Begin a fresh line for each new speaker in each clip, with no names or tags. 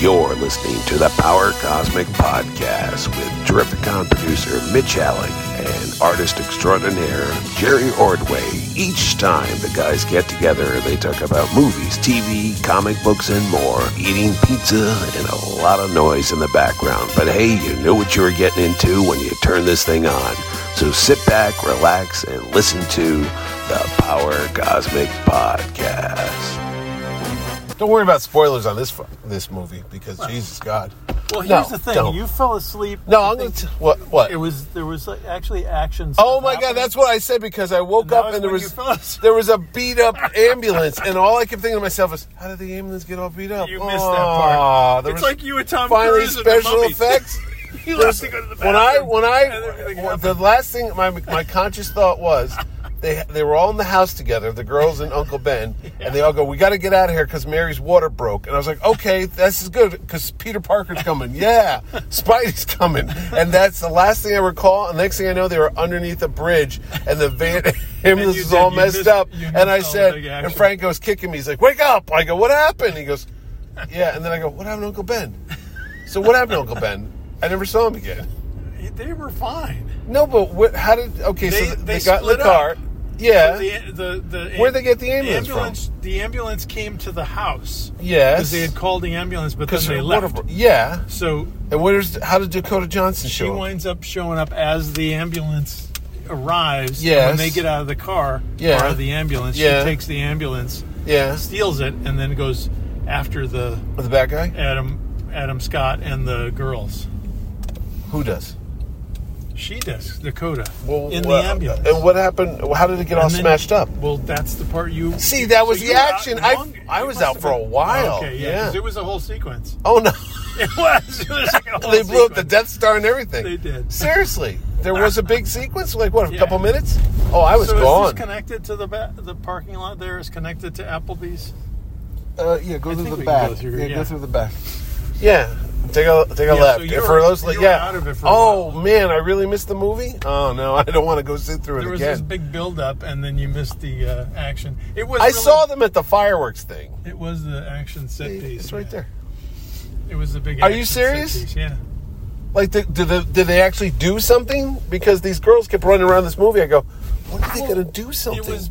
You're listening to the Power Cosmic Podcast with Terrificon producer Mitch Alec and artist extraordinaire Jerry Ordway. Each time the guys get together, they talk about movies, TV, comic books, and more, eating pizza, and a lot of noise in the background. But hey, you knew what you were getting into when you turned this thing on. So sit back, relax, and listen to the Power Cosmic Podcast.
Don't worry about spoilers on this fu- this movie because Jesus God.
Well, here's
No,
the thing:
don't.
you fell asleep.
No,
I
I'm gonna
think
t- what what.
It was there was like, actually action.
Oh my God, that's what I said because I woke
That
up
was
and there
when you
was
fell asleep.
there was a beat up ambulance, and all I kept thinking to myself is, how did the ambulance get all beat up?
You missed that part.
Aw, Ah, there
It's
was
like you were Tom
finally
Cruise in the
special
Mummy.
effects.
you
There's-
left to go to the
when I
bathroom.
when
and
I
everything
well,
happened.
the last thing my my conscious thought was they they were all in the house together, the girls and Uncle Ben, and they all go, "We got to get out of here because Mary's water broke." And I was like, "Okay, this is good because Peter Parker's coming, yeah, Spidey's coming," and that's the last thing I recall. And next thing I know, they were underneath a bridge, and the van ambulance
you
is
did,
all
you
messed
missed-
up.
you
And I
missed all
said,
the big
and
action.
Franco's kicking me. He's like, "Wake up!" I go, "What happened?" He goes, "Yeah," and then I go, "What happened, to Uncle Ben?" So what happened, to Uncle Ben? I never saw him again.
they were fine.
No, but what, how did? Okay,
They-
so they,
they
got in the
split up.
car. Yeah,
The, the, the,
Where'd they get the ambulance
the
from?
ambulance, The ambulance came to the house.
Yes.
because they had called the ambulance, but then
because
they
of
left.
Waterbro- Yeah,
So
and where's how did Dakota Johnson
she
show? up?
winds up showing up as the ambulance arrives.
Yes.
when they get out of the car,
Yeah.
or out of the ambulance,
Yeah.
she takes the ambulance,
Yeah,
steals it, and then goes after the
with the bad guy.
Adam Adam Scott and the girls.
Who does?
She does Dakota
Well,
in
what-
the ambulance.
And what happened? How did it get all
And then-
smashed up?
Well, that's the part you
See, that was
So
the
you were out
action. I
long-
I
you
was
must
out
have
for a
been- Oh,
while.
Okay, yeah,
yeah.
'cause it was a whole sequence.
oh no,
It was. It was like a whole
they blew up the
sequence.
Death Star and everything.
They did.
Seriously, there was a big sequence. Like what? A
Yeah.
couple minutes? Oh, I was
so Is
gone.
this connected to the ba- the parking lot? There is connected to Applebee's.
Uh, yeah, go
I
through
think
the
we can
back.
go through,
yeah, go
yeah.
through the back. Yeah, take a take a
so
left.
you
If
were-
for those, like,
you were
yeah.
out of it for a
oh
while.
man, I really missed the movie. Oh no, I don't want to go sit through
There
it
was this
again.
big buildup, and then you missed the uh, action. It was.
I
really-
saw them at the fireworks thing.
It was the action set piece.
It's right
yeah.
there.
It was the big.
Are you
action set
serious?
piece, Yeah.
Like, did, did, they- did they actually do something? Because these girls kept running around this movie. I go, when are they
Well,
going to do something?
It was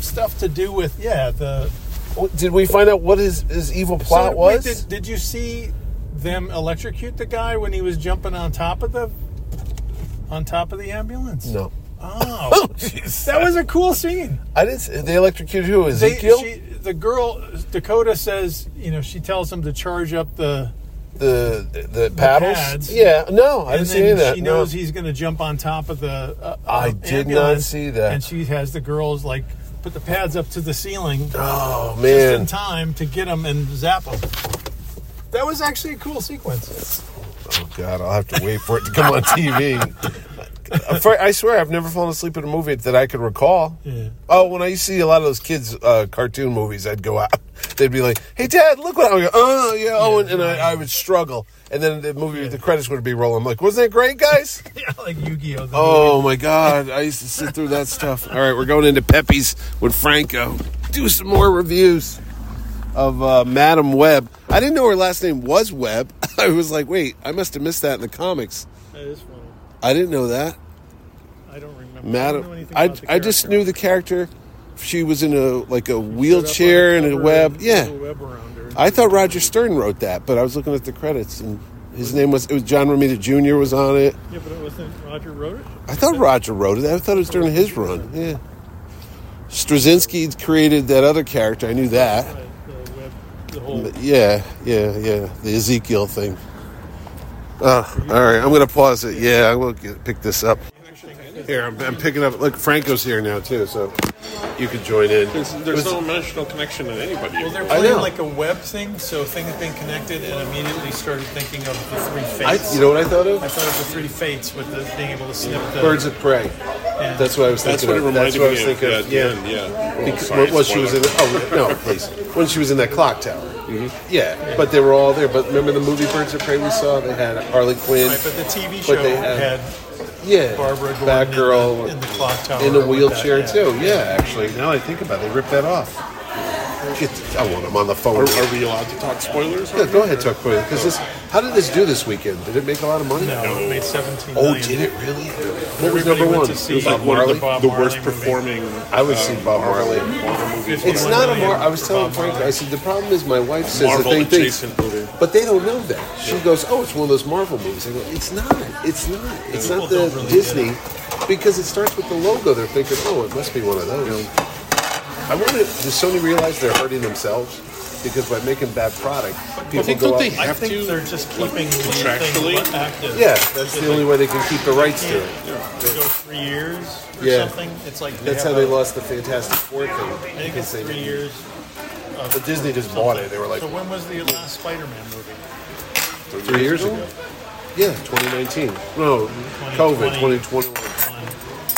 stuff to do with yeah the
W- did we find out what his, his evil plot
So, wait,
was?
did, did you see them electrocute the guy when he was jumping on top of the on top of the ambulance?
no.
Oh, that was a cool scene.
I didn't. s- They electrocuted who?
They,
Ezekiel?
she, the girl Dakota says, you know, she tells him to charge up the.
the, the paddles?
pads.
yeah. No, I
and
didn't see
then
any of that.
She
no.
knows he's going to jump on top of the. Uh,
I
uh,
did not
ambulance,
see that.
And she has the girls like put the pads up to the ceiling
oh
just
man.
in time to get him and zap him. That was actually a cool sequence.
Oh God, I'll have to wait for it to come on TV. Uh, for- I swear, I've never fallen asleep at a movie that I could recall.
Yeah.
Oh, when I used to see a lot of those kids' uh, cartoon movies, I'd go out. They'd be like, "Hey, Dad, look what I." would go, oh, yeah. Oh, and, and I, I would struggle, and then the movie, the credits would be rolling. I'm like, "Wasn't that great, guys?"
Yeah, like Yu-Gi-Oh. the
oh my God, I used to sit through that stuff. All right, we're going into Pepe's with Franco. Do some more reviews of uh, Madam Web. I didn't know her last name was Web. I was like, wait, I must have missed that in the comics.
That is funny.
I didn't know that.
I don't remember. I, don't know
Madam,
anything
I,
about the
I just
character.
knew the character. She was in a like a
Showed up on the
wheelchair and a
cover
web.
and
Yeah,
a web around her.
I thought Roger Stern wrote that, but I was looking at the credits and his name was it was John Romita Jr. was on it.
Yeah, but it wasn't Roger wrote it.
I thought Roger wrote it. I thought it was during his run. Yeah, Straczynski created that other character. I knew that.
Right, the web, the whole.
Yeah, yeah, yeah. The Ezekiel thing. Uh, all right, I'm gonna pause it. Yeah, I will get, pick this up. Here, I'm, I'm picking up. Look, Franco's here now too, so you could join in.
There's, there's no emotional connection in anybody.
Well, they're
I
playing
know.
like a web thing, so things being connected, and immediately started thinking of the three
I,
fates.
you know what I thought
I
of?
thought of the three fates with the, being able to snip the
Birds of Prey.
Yeah.
That's what I was
that's
thinking.
what
of.
it reminded
That's what I was
me
thinking.
of.
of.
yeah,
Yeah.
at the end, yeah. Well,
Because
sorry,
when, when she was in,
spoiler. Mm-hmm.
oh no, please, when she was in that clock tower, yeah, but they were all there. But remember the movie Birds of Prey we saw? They had Harley Quinn,
Right, but the TV
But
show
they had-
had
yeah,
Barbara Gordon in the-
Batgirl
in the clock tower
in a
with that,
wheelchair
yeah.
too. Yeah, actually, now I think about it, they ripped that off. It's, I want him on the phone.
Are, are we allowed to talk spoilers?
Yeah, go ahead, talk quick. Because this, how did this do this weekend? Did it make a lot of money?
No, it made 17
Oh,
million.
did it really? What was
Everybody
number
went
one?
to
It
see
was Bob
One of the,
Marley.
Bob
the worst
Marley
performing.
I would see Bob Marley. It's not a Mar. I was telling Frank. I said the problem is my wife says
Marvel
that they
adjacent movie.
think, but they don't know that. She goes, "Oh, it's one of those Marvel movies." I go, "It's not. It's not. It's not the
don't really
Disney." Because it starts with the logo, they're thinking, "Oh, it must be one of those." I wonder, does Sony realize they're hurting themselves? Because by making bad product, people
think-
go
don't
out.
they
I
have
think
to
they're just keeping the
contractually?
thing active.
yeah, that's the only way they can keep the rights to it.
Yeah. They go three years or
Yeah.
something. It's like
That's
have
how they
a-
lost the Fantastic Four
I
thing.
think it's
Because they
three
didn't-
years. of-
But Disney just bought it. They were like,
So when was the last Spider-Man movie?
three years ago. Yeah, 2019. No, COVID, 2021.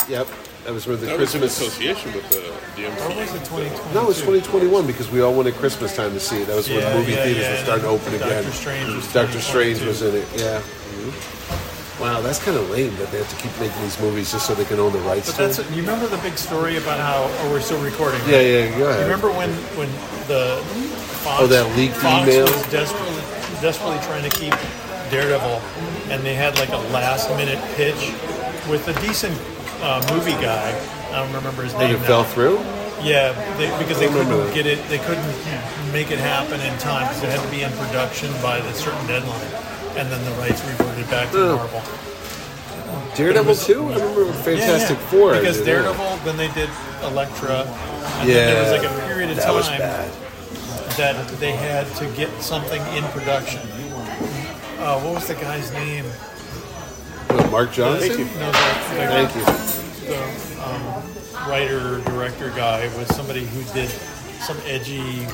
Yep, that was when the
That was in
Christmas.
association with the
Or was
DMC.
it 2020?
No, it's 2021 because we all went at Christmas time to see it. That was
Yeah,
when movie
yeah,
theaters
yeah,
were starting to
and
open
Doctor
again.
Strange was
Doctor Strange
2022.
was in it. Yeah. Wow, that's kind of lame that they have to keep making these movies just so they can own the rights
But
to
that's
it.
you remember the big story about how oh we're still recording.
Yeah, yeah, go
You
ahead.
remember when when the Fox,
Uh, Oh, that leaked
Fox
email?
was desperately desperately trying to keep Daredevil, and they had like a last minute pitch with a decent uh, movie guy. I don't remember his name.
and it
now.
fell through?
Yeah, they, because they
Oh, I remember that.
couldn't get it. They couldn't make it happen in time because it had to be in production by the certain deadline, and then the rights reverted back to
Huh.
Marvel.
Daredevil 2? I remember Fantastic
yeah, yeah.
Four. I
Because
did, yeah.
Daredevil, then they did Elektra. And
Yeah,
then there was like a period of
that
time
was bad.
that they had to get something in production. Uh, what was the guy's name?
What, Mark Johnson?
No, the, the,
Thank you.
the um, writer director guy was somebody who did some edgy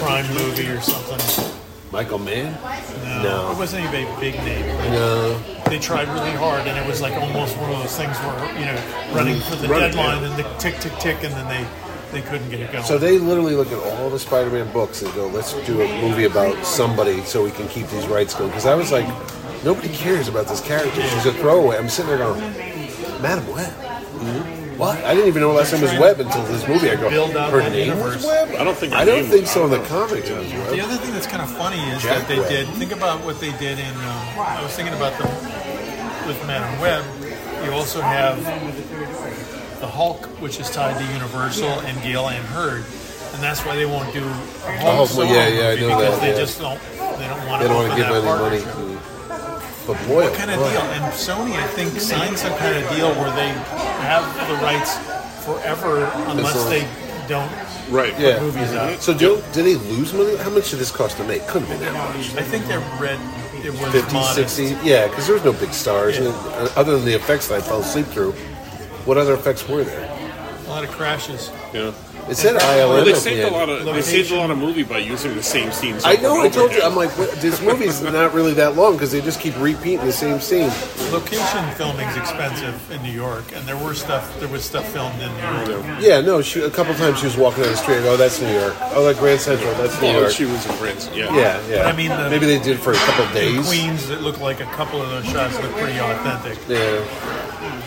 crime movie or something.
Michael Mann?
No, it wasn't even a big name.
No.
They tried really hard, and it was like almost one of those things where you know running for the
Running,
deadline, and the tick tick tick, and then they they couldn't get it going.
So they literally look at all the Spider-Man books and go, "Let's do a movie about somebody so we can keep these rights going." Because I was like, nobody cares about this character; she's a throwaway. I'm sitting there going, "Madam Web, Hmm? what? I didn't even know her last name was Web until this movie." I go,
Build out
"Her
that
name
universe."
was Web."
I don't think her
I don't
name
think
was-
so in the comics. It was
The
Web.
other thing that's kind of funny is
Jack
that they
Webb.
did. Think about what they did in. Um, I was thinking about the with Madam Web. You also have the Hulk, which is tied to Universal and Gail and Hurd, and that's why they won't do a Hulk.
Hulk,
solo
yeah, yeah, I
movie
know
because
that,
They
yeah.
just don't. They don't want
They
to
don't want
open
to give
that
any money.
partnership.
Hmm. But boy, oh
Kind of
boy.
deal, and Sony, I think, signed some kind of deal where they have the rights forever unless
long-
they don't.
Right.
Yeah.
movies out.
So do did they lose money? How much did this cost to make? Couldn't have been that much.
I think they're red. It was
50,
modest.
60. Yeah, because there was no big stars.
Yeah.
And, uh, other than the effects that I fell asleep through, what other effects were there?
A lot of crashes.
Yeah.
It said
Well,
ILM.
they
at the
saved
end.
a lot of they saved a lot of movie by using the same scenes.
I
over
know.
and
I
over
told you.
again.
I'm like, what, this movie's not really that long because they just keep repeating the same scene.
Location filming's expensive in New York, and there were stuff. There was stuff filmed in New York.
Yeah, no. She, a couple times she was walking down the street. Oh, that's New York. Oh, that Grand Central. That's New
Well,
York.
she was in France. Yeah.
yeah, yeah.
But I mean, the-
maybe they did for a couple
The
days.
Queens that look like a couple of those shots look pretty authentic,
Yeah.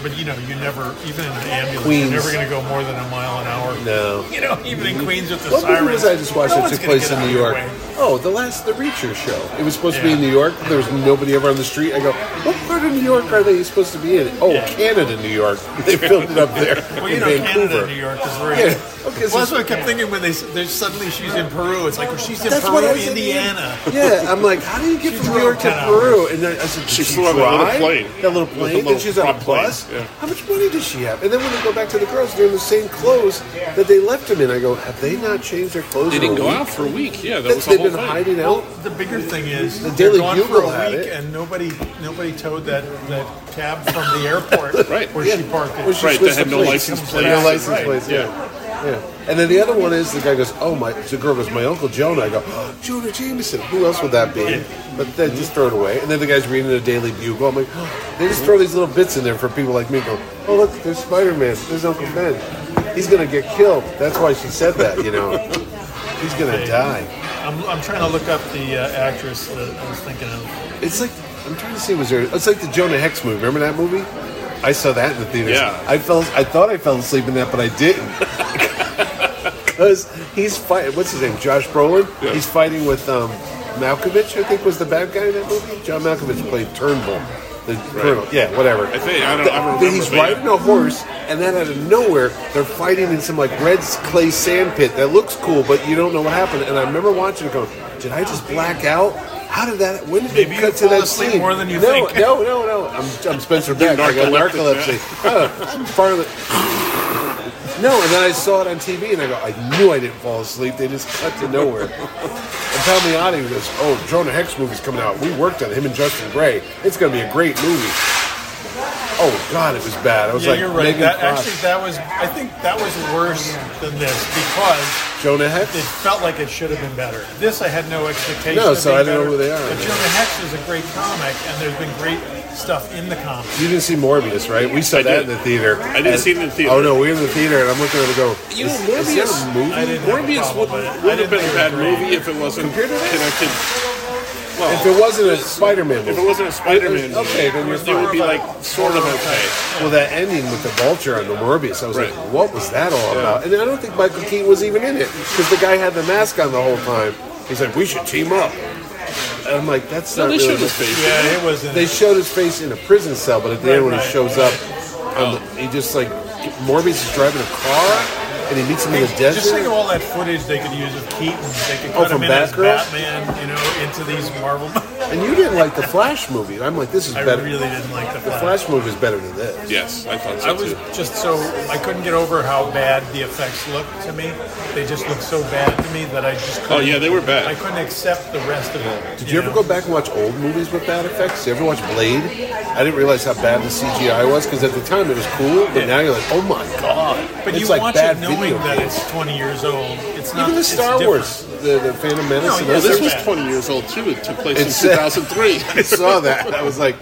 but you know, you never even in an ambulance,
Queens.
you're never going to go more than a mile an hour.
No.
You know, even in Queens with the
What
sirens.
movie was I just watched
no
that
one's
took
gonna
place
get
in
out
New
of your
York?
way.
Oh, the last The Reacher show. It was supposed to be
Yeah.
in New York. There was nobody ever on the street. I go, what part of New York are they supposed to be in? Oh,
Yeah.
Canada, New York. They filmed it up there
Well,
in
you know,
Vancouver.
Canada, New York is very.
Yeah. Okay, so-
well, that's what I kept thinking when they s- there's suddenly she's in Peru. It's like well, she's in
That's
Peru,
what I was
Indiana.
thinking. Yeah, I'm like, how do you get
She
from New
drove
York to
10
Peru? And then I said, did
She
she,
flew on that little
drive?
plane.
That little
With the
plane.
little
Then she's on a
prop plane,
bus.
yeah.
How much money does she have? And then when they go back to the girls, they're in the same clothes that they left them in. I go, have they not changed their clothes?
They
in
didn't
a
go
week?
out for a week. Yeah, that was
That's
the
they've
whole
been
thing.
hiding
Well,
out.
the bigger thing is
The
they're
Daily
gone
Bugle
for a
had
week
it.
and nobody nobody towed that, that cab from the airport
Right.
where she parked it.
Well, she's
Right,
supposed
they had
to
no
play.
license
She's
plates.
No license
Right.
plates. Yeah.
Yeah.
yeah. And then the other one is the guy goes, "Oh my!" The girl goes, "My uncle Jonah." I go, oh, "Jonah Jameson." Who else would that be? But then just throw it away. And then the guy's reading the Daily Bugle. I'm like, oh, they just throw these little bits in there for people like me. Go, "Oh look, there's Spider Man. There's Uncle Ben. He's gonna get killed." That's why she said that. You know, he's gonna die.
I'm, I'm trying to look up the uh, actress that I was thinking of.
It's like I'm trying to see. Was there? It's like the Jonah Hex movie. Remember that movie? I saw that in the theaters.
Yeah.
I fell. I thought I fell asleep in that, but I didn't. because he's fighting. What's his name? Josh Brolin.
Yeah.
He's fighting with um, Malkovich. I think was the bad guy in that movie. John Malkovich played Turnbull. The colonel. Yeah, whatever.
I think I don't. I don't
Then
remember.
he's
but
riding a horse, and then out of nowhere, they're fighting in some like red clay sand pit that looks cool, but you don't know what happened. And I remember watching it going, "Did I just black out? How did that? When did
Maybe
they
you
cut to
fall
that
asleep
scene?
more than you
no,
think.
no, no, no. I'm, I'm Spencer Beck. I got narcolepsy.
narcoleptic,
Oh, I'm farther. No, and then I saw it on TV, and I go, I knew I didn't fall asleep. They just cut to nowhere. And Palmiotti goes, "Oh, Jonah Hex movie's coming out. We worked on him and Justin Gray. It's going to be a great movie." Oh God, it was bad. I was
Yeah,
like,
you're right.
Megan
That,
Fox,
actually, that was. I think that was worse than this because
Jonah Hex.
it felt like it should have been better. This I had no expectation.
No,
of
so
being
I don't know
better.
who they are.
But Jonah Hex is a great comic, and there's been great stuff in the comic.
you didn't see Morbius, right? We saw
I
that in
did.
the theater.
I didn't see it in the theater.
Oh no, we were in the theater, and I'm looking at it go.
You know,
is, is that a
Morbius-
movie?
I didn't have a
Morbius would,
problem with it. I
would
didn't
have been a
think it
bad
was great.
movie if it wasn't
Compared to this?
connected. Well,
If it wasn't a Spider-Man movie,
if it wasn't a Spider-Man, movie,
okay, then you're
it would be
fine.
like sort of okay.
Well, that ending with the vulture on the Morbius, I was like,
Right.
what was that all about? And I don't think Michael Keaton was even in it because the guy had the mask on the whole time. He's like, we should team up. And I'm like, that's
No,
not
they
really.
showed his face.
Yeah, it was. In
They showed his face in a prison cell, but at the
Right,
end when he
right.
shows up, on
Oh.
the, he just like Morbius is driving a car and he meets him in the desert.
Just think of all that footage they could use of Keaton. They could
Oh,
cut
from
him in as
Batgirl?
Batman, you know, into these Marvel.
and you didn't like the Flash movie. I'm like, this is
I
better.
really didn't like the
the
Flash.
Flash movie is better than this.
Yes, I thought so
I was
too.
just so I couldn't get over how bad the effects looked to me. They just looked so bad to me that I just couldn't,
Oh, yeah, they were bad.
I couldn't accept the rest of it.
Did you ever
know?
go back and watch old movies with bad effects? Did you ever watch Blade? I didn't realize how bad the CGI was because at the time it was cool, but now you're like, oh my god!
Uh, But
it's
you
like
watch
bad
it knowing
video
that
games.
it's 20 years old. It's not
Even the
it's
Star
different.
Wars, the, the Phantom Menace.
No,
and
yeah,
those
This
are
was
bad.
20 years old too. It took place
It
in
said-
2003.
I saw that. I was like,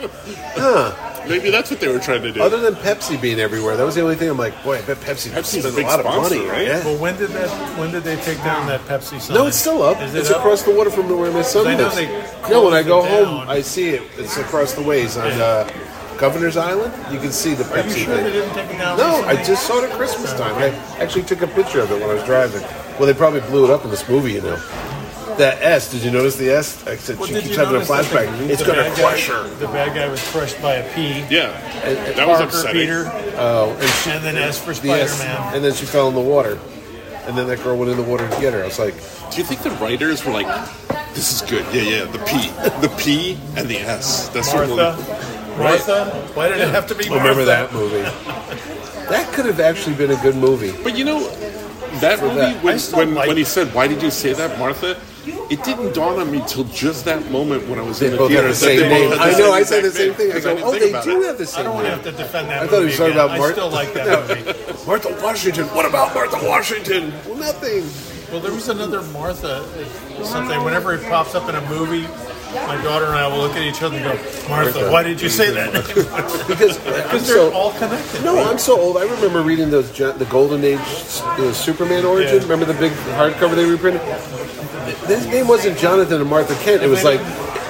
Maybe that's what they were trying to do.
other than Pepsi being everywhere, that was the only thing. I'm like, boy, I bet Pepsi
Pepsi's a
spent a
big
lot of
sponsor,
money,
right?
Yeah.
Well, when did that? When did they take down that Pepsi sign?
No, it's still up.
Is it
it's
up?
across the water from where my son
I know
lives.
they
No, when I
closed
go
it
home,
down.
I see it. It's across the ways on uh, Governor's Island. You can see the
Are you
Pepsi
sure
thing.
they didn't take it down?
No, I
recently?
just saw it at Christmas time. I actually took a picture of it when I was driving. Well, they probably blew it up in this movie, you know. That S, did you notice the S? Except
Well,
she
did
keeps
you
having a
notice that
flashback.
the-
it's
the
going to
bad guy-
crush her.
The bad guy was crushed by a pea.
yeah,
And-
that was
Uh, Parker,
For
upsetting.
Peter,
Oh, and she,
and then S for
the S,
Spider-Man.
and then she fell in the water. And then that girl went in the water to get her. I was like,
Do you think the writers were like, "This is good. Yeah, yeah. The P, the P, and the S. That's
Martha.
what
Martha? Why did it have to be Martha?
remember that movie. that could have actually been a good movie.
But you know, that movie
that.
when
I still
when,
like-
when he said, "Why did you say that, Martha?" It didn't dawn on me till just that moment when I was
They
in the
both have
theater.
the
that
same
they both
name.
had the
I
same
know, I said the
exact
same
name,
thing. I
because
go,
didn't
oh,
think
they
about
do
it.
have the
I
same
don't want to
name.
have to defend that
I
movie
thought he was talking
again.
about Mar-
I still like that movie.
Martha Washington. What about Martha Washington? Well, nothing.
Well, there was another Martha uh, something. Whenever it pops up in a movie, my daughter and I will look at each other and go, Martha, why did you say that?
Because I'm
Because
so,
they're all connected.
no, I'm so old. I remember reading those gen- the Golden Age uh, Superman origin.
Yeah.
Remember the big hardcover they reprinted? Th- His name wasn't Jonathan and Martha Kent. It was like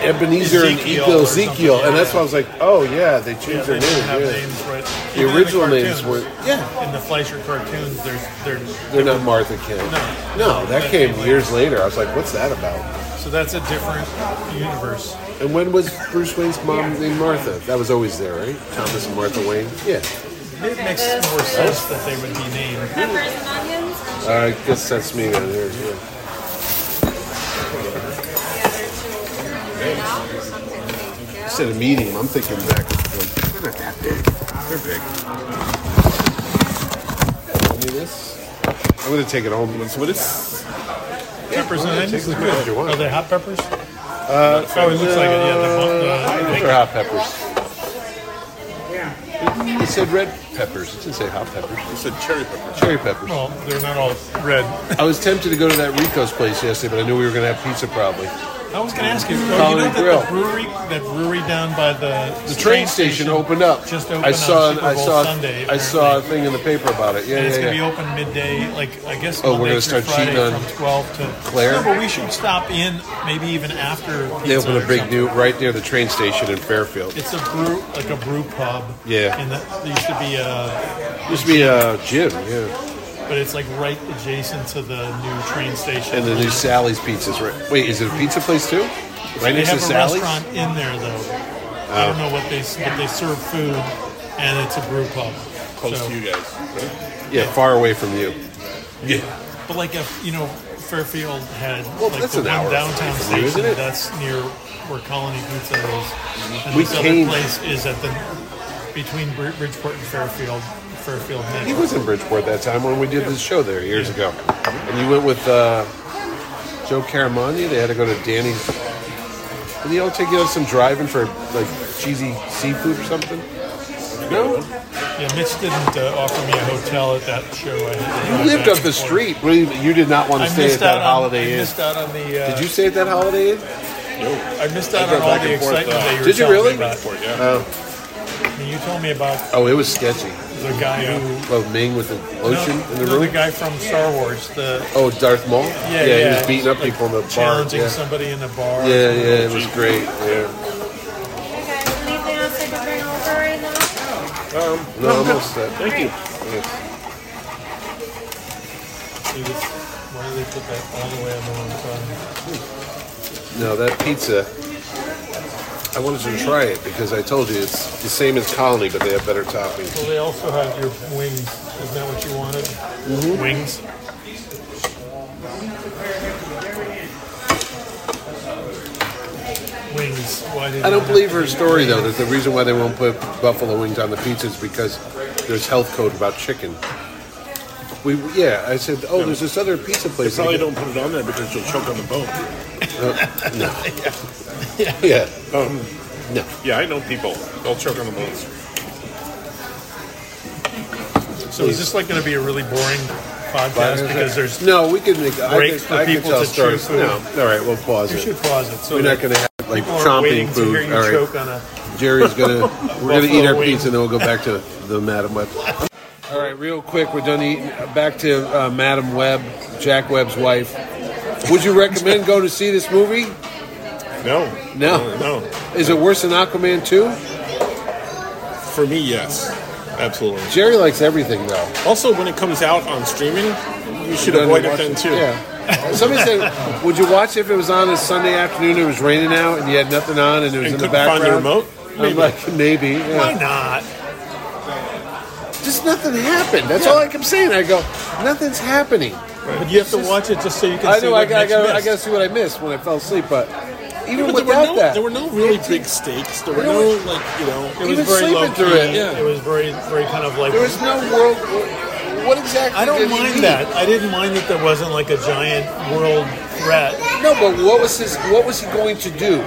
Ebenezer and
Ezekiel
Ezekiel
or something,
Ezekiel, and
yeah.
that's why I was like, oh yeah, they
Yeah,
changed
they didn't have
their name. yeah.
names right.
The
Even in
original names
cartoons,
were yeah.
In the Fleischer cartoons, there's there's
They're not Martha Kent.
No.
no, that came years later. I was like, what's that about?
so that's a different universe.
And when was Bruce Wayne's mom named Martha? That was always there, right? Thomas and Martha Wayne. Yeah.
It makes more sense that they would be named.
Peppers and onions.
I guess that's me right there. Yeah. You said a medium. I'm thinking back. They're not that big. They're big. Yeah, you want me this? I'm gonna take it home. Let's what is?
Peppers and
take
onions
as
is
much as
good.
you want.
Are they hot peppers?
Uh,
oh, it looks like it. Yeah, Uh, the, the,
Those are hot peppers. Yeah. It said red peppers. It didn't say hot
It
peppers.
said cherry pepper.
Cherry peppers.
well, they're not all red.
I was tempted to go to that Rico's place yesterday, but I knew we were going to have pizza probably.
I was going to ask you. Oh,
Colony
you know
Grill.
that the brewery, that brewery down by the
The train station opened up.
Just opened
I saw.
on Super
I
Bowl
saw.
Sunday.
I saw a
apparently.
thing in the paper about it. Yeah,
And it's
yeah,
going to
yeah.
be open midday, like I guess.
Oh, we're
Monday
gonna
through
start cheating
Friday
on
from twelve to
Claire?
No, but we should stop in maybe even after.
They
pizza
opened
or
a big
something.
new right near the train station in Fairfield.
It's a brew, like a brew pub.
Yeah.
And that there used to be a,
It used to be a gym. Yeah.
but but it's like right adjacent to the new train station.
And the new Sally's Pizza's right. Wait, is it a pizza place too? Right
They
next
have
to
a
Sally's?
restaurant in there though. I don't know what they but they serve food, and it's a brew pub.
Close
So-
to you guys. right?
Yeah, far away from you.
Yeah.
But like if you know Fairfield had
Well,
like
that's
the
an
one
hour
downtown
from you,
station
isn't it?
that's near where Colony Pizza is. And
We
this
came-
other place is at the between Brid- Bridgeport and Fairfield, Fairfield
He
Metro.
was in Bridgeport that time when we did this show there years ago. And you went with uh, Joe Caramagna. They had to go to Danny's. Did he all take you on some driving for like cheesy seafood or something? No?
Yeah, Mitch didn't uh, offer me a hotel at that show. I had
You lived up the street. Really, You did not want
I
to stay at
missed out
that
on,
Holiday
I
Inn.
missed out on the. Uh,
Did you stay at that Holiday Inn?
I missed out
I
on
drove
all
back
the
and forth,
excitement
uh,
that you were
Did you
telling
really?
me about.
Bridgeport, yeah.
I mean, you told me about
Oh, it was sketchy.
the guy who.
Well, Ming with the lotion
no,
in the
no,
room.
guy from Star Wars. The
Oh, Darth Maul.
yeah,
he was beating up
like
people in the bar.
challenging
Yeah.
somebody in the bar.
yeah, yeah, it was great. Yeah.
Hey guys, anything else I can bring over right now?
No, I'm all set.
Thank you.
It was- Why did they put that all the way on the wrong side?
No, that pizza. I wanted to try it because I told you it's the same as Colony, but they have better toppings.
Well, they also have your wings. Isn't that what you wanted?
Mm-hmm.
Wings. Wings. Why did
I don't believe her story though. That the reason why they won't put buffalo wings on the pizza is because there's health code about chicken. We yeah, I said, oh, there's this other pizza place.
Probably
that-
don't put it on there because you'll choke on the bone.
Yeah,
Um,
no.
yeah, I know people. They'll choke on the bones.
So is this like going to be a really boring podcast because there's
no. We could make I
breaks
could-
for
I could
people
tell
to chew
stories.
food.
No, all right, we'll pause
you
it.
should pause it. So
We're not
that
going to have like
people aren't
chomping
waiting to
food.
hear you
All right,
choke on a.
Jerry's gonna we're gonna eat our
Buffalo wing.
pizza and then we'll go back to the Madam Web. All right, real quick, we're done eating. Back to uh, Madam Web, Jack Webb's wife. Would you recommend going to see this movie?
No.
No.
No.
Is it worse than Aquaman 2?
For me, yes. Absolutely.
Jerry likes everything though.
Also, when it comes out on streaming, you should
Then
avoid
watch
it then too.
Yeah. Somebody said, "Would you watch if it was on a Sunday afternoon? It was raining out and you had nothing on, and it was in
And
the
couldn't find
background."
the remote?
I'm like, maybe. yeah.
Why not?
Just nothing happened. That's all I kept saying. I go, nothing's happening.
But you have to watch it just so you can
I
see
know. I,
what
got- I,
Mitch
got. I
missed.
got to see what I missed when I fell asleep. But even
But there, were
without
no,
that,
there were no really big stakes. There were
You know
no, like, you know.
It was
Even
very
sleeping
low key.
through it, yeah.
It was very, very kind of like.
there was no world. What exactly?
I
did
don't
he need?
mind that. I didn't mind that there wasn't like a giant world threat.
No, but what was his? What was he going to do?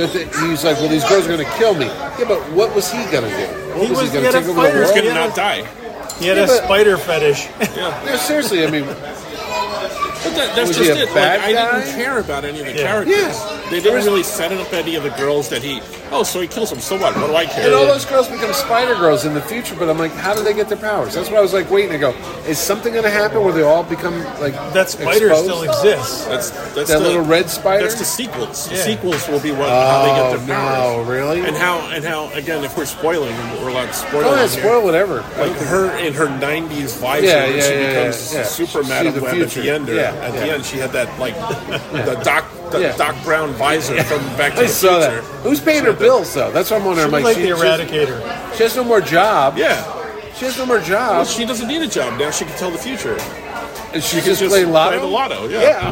That the, he's like, well, these girls are going to kill me. Yeah, but what was he going to do? What
He was
he going to
gonna
take over
fight
the
her.
world?
It's going to
Yeah.
not die.
He had
Yeah,
a
but-
spider fetish.
No, seriously. I mean,
But that, that's
Was
just
he a
it. Like,
bad
I
guy?
didn't care about any of the
Yeah.
characters.
Yeah.
They didn't really set up any of the girls that he. Oh, so he kills them. So what? What do I care?
and all those girls become spider girls in the future. But I'm like, how do they get their powers? That's why I was like waiting. I go, is something going to happen where they all become like
That spider
exposed?
still exists.
that's, that's
That
the,
little red spider?
That's the sequels. The
Yeah.
sequels will be what
Oh
how they get their powers.
no, really?
And how and how again? If we're spoiling, we're allowed to spoil.
Go
it
ahead,
here.
spoil whatever.
Like her in her '90s vibes,
Yeah,
when
yeah,
she
yeah,
becomes
yeah, yeah.
super
She's
Madam
the
Web at the
future.
end. Or,
Yeah,
at the
yeah.
end, she had that like the Doc the
Yeah.
Doc Brown visor from Back to
I
the
saw
Future.
that. Who's paying her bills though? That's what I'm wondering.
She
I'm
was like the
she, she,
Eradicator.
she has no more job.
Yeah,
She has no more
well,
job.
she doesn't need a job now. She can tell the future.
And she's
can
just,
just
playing lotto.
play the lotto, yeah.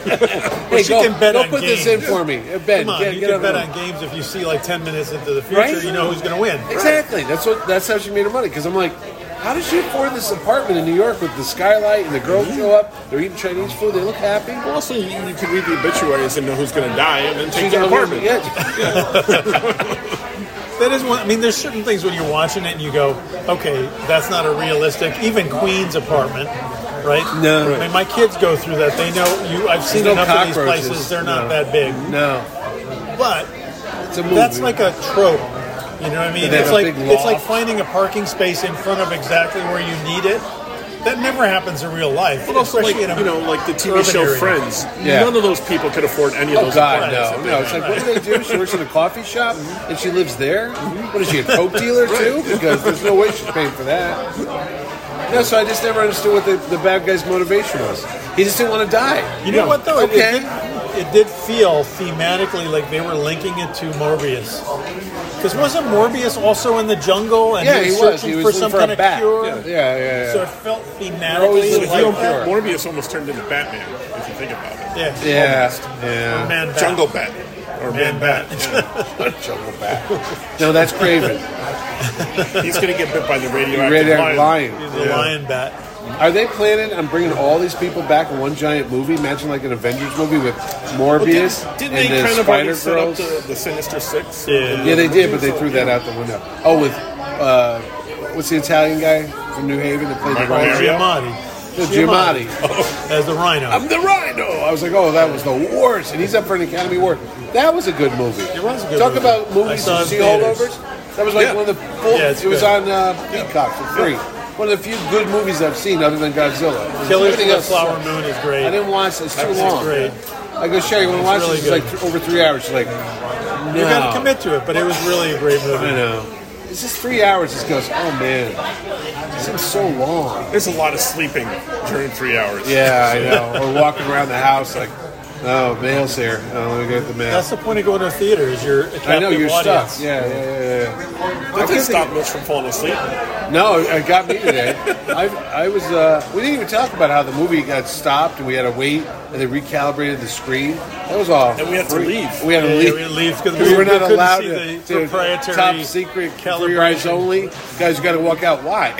hey,
she
go,
can bet
go
on
put this in
games.
for me, Uh, Ben.
Come on,
get,
you
get
can bet
the-
on games if you see like ten minutes into the future,
Right?
you know who's going to win.
Exactly. That's what. That's how she made her money. Because I'm like, how does she afford this apartment in New York with the skylight and the girls show up? They're eating Chinese food. They look happy.
Well, also, you, you can read the obituaries and know who's going to die, and then take
She's
the
out
apartment.
here- Yeah,
That is one. I mean, there's certain things when you're watching it and you go, okay, that's not a realistic. Even Queen's apartment, right?
No.
I mean, my kids go through that. They know you. I've seen
There's no
enough of these
cockroaches.
places. They're not
No.
that big,
No,
but
it's a movie.
that's like a trope. You know what I mean?
They have
It's
a
like
big
it's like
loft.
finding a parking space in front of exactly where you need it. That never happens in real life,
But also, like,
especially in a
you know, like the TV
urban
show
area.
Friends,
Yeah.
none of those people could afford any of
Oh
those.
God,
apartments
no,
that they
no! It's
had.
like, what do they do? She works in a coffee shop, and she lives there. What is she, a coke dealer too? Because there's no way she's paying for that. No, so I just never understood what the, the bad guy's motivation was. He just didn't want to die.
You know what though? It-
Okay.
It, did, it did feel thematically like they were linking it to Morbius. Because wasn't Morbius also in the jungle and
yeah,
he
he
was
was.
searching
He was
for
in
some
for
kind
a
of
bat.
cure?
Yeah, yeah, yeah. yeah.
So it felt
always
thematically
looking
like
for a
that.
cure.
Morbius almost turned into Batman, if you think about it.
Yeah.
yeah, yeah.
Man bat.
Jungle Bat. Or
Man
Man,
Bat.
Bat.
Jungle bat. No, that's Craven.
Yeah. He's going to get bit by the radioactive,
Radioactive
lion.
lion.
He's a lion bat.
Are they planning on bringing all these people back in one giant movie? Imagine like an Avengers movie with Morbius
Didn't, didn't
and
they
the
kind of
Spider
already set up
Girls.
the, the Sinister Six?
Yeah.
yeah, they did, but they threw that out the window. Oh, with uh, what's the Italian guy from New Haven that played
Michael
the rhino?
Mario?
Giamatti.
The Giamatti.
As the rhino.
I'm the Rhino. I was like, oh, that was the worst, and he's up for an Academy Award. That was a good movie.
It was a good
Talk
movie.
about
I
movies
saw
you
it
see
in theaters.
holdovers. That was like
Yeah.
one of the full,
Yeah, it's
it was
good.
on uh, Peacock for free. One of the few good movies I've seen other than Godzilla.
Killers of
Everything
the
else
Flower
sucked.
Moon is great.
I didn't watch it. It's too
That's
long.
great.
I go, Sherry, you want to watch
really
this? It's
good.
like th- over three hours. She's like, no.
You got to commit to it, but it was really a great movie.
I know. It's just three hours. Just goes, oh man, this seems so long.
There's a lot of sleeping during three hours.
Yeah, I know. Or walking around the house like, oh, mail's here. Oh, let me get the mail.
That's the point of going to a theater is you're a captive
I know you're
audience.
stuck. Yeah, yeah, yeah, yeah.
That
I
didn't
couldn't
stop Mitch from falling asleep.
think- No, it got me today. I, I was. Uh, we didn't even talk about how the movie got stopped and we had to wait and they recalibrated the screen. That was all.
And we had to
free.
leave.
We had to
Yeah,
leave.
we leave 'cause
we,
we-
were
we
not
couldn't
allowed
see
to,
the
to
proprietary
top secret for your eyes
calibration.
only. Guys, you got to walk out. Why?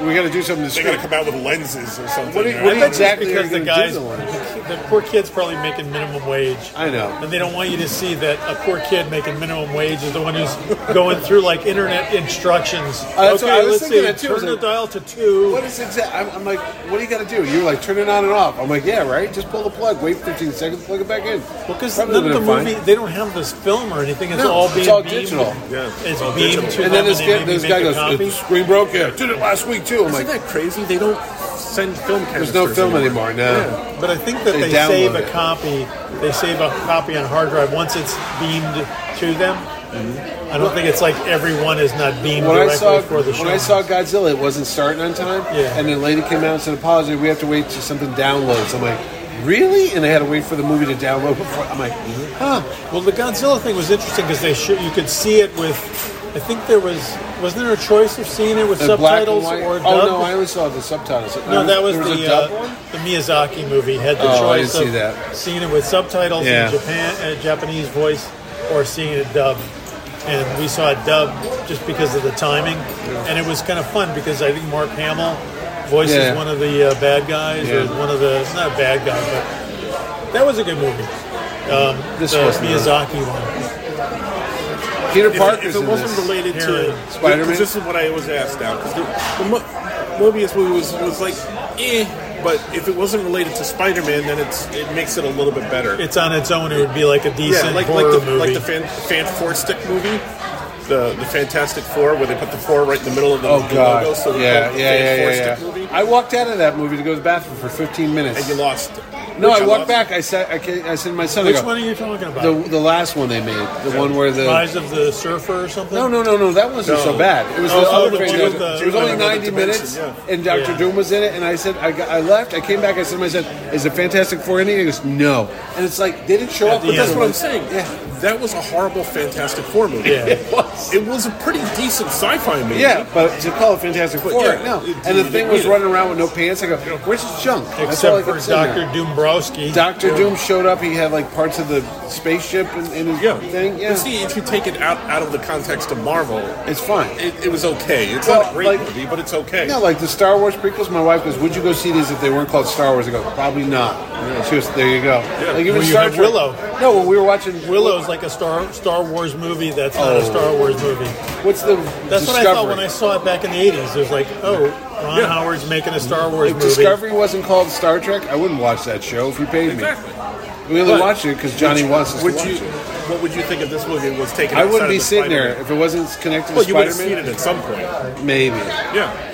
we got to do something to
They got
screen.
to come out with lenses or something.
What do you-
right?
what do you-
That's just
Exactly,
because the
you're
guys,
gonna do
the poor kid's probably making minimum wage.
I know.
And they don't want you to see that a poor kid making minimum wage is the one who's going through like internet instructions.
Uh, that's what I was
let's
thinking
see,
that too,
turn
is
the
it-
dial to two.
What is exact? I'm, I'm like, what do you got to do? You're like, turn it on and off. I'm like, yeah, right. Just pull the plug. Wait 15 seconds. Plug it back in.
Because
Probably
none of the
would've been
movie,
fine.
they don't have this film or anything. It's
No,
all
it's
being
all
beamed-
digital.
Yeah.
It's
all
beamed
digital.
And
to them
then this,
they
kid,
maybe
this
make
guy
a
goes,
copy.
the screen broke. Yeah, did it last week too. I'm like,
that crazy? They don't send film
there's no film anymore now.
But I think that
They
they,
download
save a
it.
copy. They save a copy on hard drive once it's beamed to them. I don't think it's like everyone is not beamed
Mm-hmm. When I
directly
saw
for the show.
when I saw Godzilla, it wasn't starting on time.
Yeah.
And then lady came out and said, "Apology, we have to wait till something downloads." I'm like, "Really?" And they had to wait for the movie to download before. I'm like, "Huh."
well, the Godzilla thing was interesting because they should, you could see it with. I think there was wasn't there a choice of seeing it with
The black and
subtitles
white-
or
oh
dub?
no, I always saw the subtitles.
No, that was,
There
the
a dub
uh,
one?
the Miyazaki movie had the
Oh, I
choice
didn't
of
see that.
seeing it with subtitles
Yeah.
in Japan uh, Japanese voice or seeing it dubbed. And we saw it dubbed just because of the timing, and it was kind of fun because I think Mark Hamill voices
Yeah.
one of the uh, bad guys or
Yeah.
one of the it's not a bad guy, but that was a good movie.
This
uh, The
was not.
Miyazaki one.
Peter
If it,
Parker's
if it
in
wasn't
this.
related
Harry.
to
Spider-Man?
because this is what I was asked now. Because the, the Mo- Mobius movie was was like, eh. But if it wasn't related to Spider-Man, then it's it makes it a little bit better.
It's on its own; it would be like a decent
yeah, like like
horror
the
movie.
like the fan, fan four stick movie, the the Fantastic Four, where they put the four right in the middle of the,
Oh
the
god!
logo. So they
yeah,
call it the
yeah,
fan
yeah,
four
yeah,
stick
yeah.
movie.
I walked out of that movie to go to the bathroom for 15 minutes.
and you lost.
no, I
lost.
walked back. I said, I, ca- I said to my son, I
Which
go,
one are you talking about?
The the last one they made, the one where the
Rise of the Surfer or something?
no no no no that wasn't
No.
so bad. It was
Oh,
the
oh,
other
the
thing.
one
that-
with the-
it was only
another
ninety
dimension,
minutes,
yeah.
and Doctor
Yeah.
Doom was in it. And I said I, got, I left. I came back. I said to myself, "Is the Fantastic Four in it?" He goes, "No." And it's like they didn't show
At
up.
the
But that's
end.
what I'm saying.
saying.
Yeah.
That was a horrible Fantastic Four movie.
Yeah.
It was. It was a pretty decent sci-fi movie.
Yeah, but to call it Fantastic
But
Four,
yeah,
no.
it-
And the
it-
thing
it-
was running around with no pants. I go, "Where's his junk?" That's all I
Except for
kept sitting there.
Doctor Dombrowski.
Doctor Doom showed up. He had like parts of the spaceship in, in his
Yeah.
thing. Yeah,
But see, if you take it out, out of the context of Marvel,
it's fine.
it, it was okay. It's
Well,
not a great
like-
movie, but it's okay.
Yeah, like the Star Wars prequels. My wife goes, "Would you go see these if they weren't called Star Wars?" I go, "Probably not." She goes, "There you go." Like even
Well, you
Star
have
Trek-
Willow.
No, when we were watching
Willow's like a Star Star Wars movie that's not
Oh.
a Star Wars movie.
What's the
That's
Discovery?
what I thought when I saw it back in the 80s. It was like, oh, Ron Howard's making a Star Wars
If
movie.
Discovery wasn't called Star Trek, I wouldn't watch that show if you paid
exactly.
me. We only
But
watch it because Johnny
would,
wants us
would
to watch
you,
it.
What would you think if this movie was taken?
I
outside
wouldn't be
of the
sitting
Spider-Man?
there if it wasn't connected
Well,
to
you would have seen
Spider-Man.
it at some point.
Maybe.
Yeah,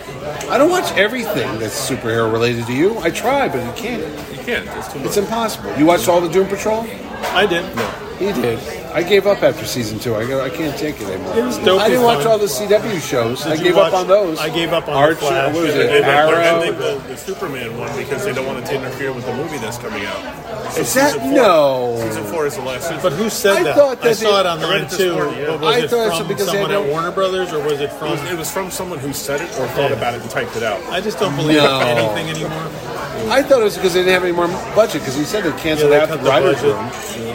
I don't watch everything that's superhero related to you. I try, but you can't.
you can't. It's too much.
It's impossible. You watched all the Doom Patrol?
I did.
He did. I gave up after season two. I go, I can't take it anymore.
It was dope
I didn't
and
watch
fun.
all the CW shows. I
you
gave
watch-
up on those.
I gave up on The
Archer.
Flash.
What was
Yeah,
it?
They are ending
Arrow.
the, the Superman one because they don't want to interfere with the movie that's coming out. So
Is that-
season four-
no.
Season four is the last season.
But who said
I
that?
thought that
I saw
they-
it on
I read
online
it this
too.
morning, yeah.
But was
I
it
thought it's
from
because they
someone
don't-
at Warner Brothers or was it
It
from?
was- it was from someone who said it or thought about it and typed it out.
I just don't believe
No.
anything anymore.
I thought it was because they didn't have any more budget. Because he said they
Yeah,
canceled
they
out the
cut the
writers'
budget.
room.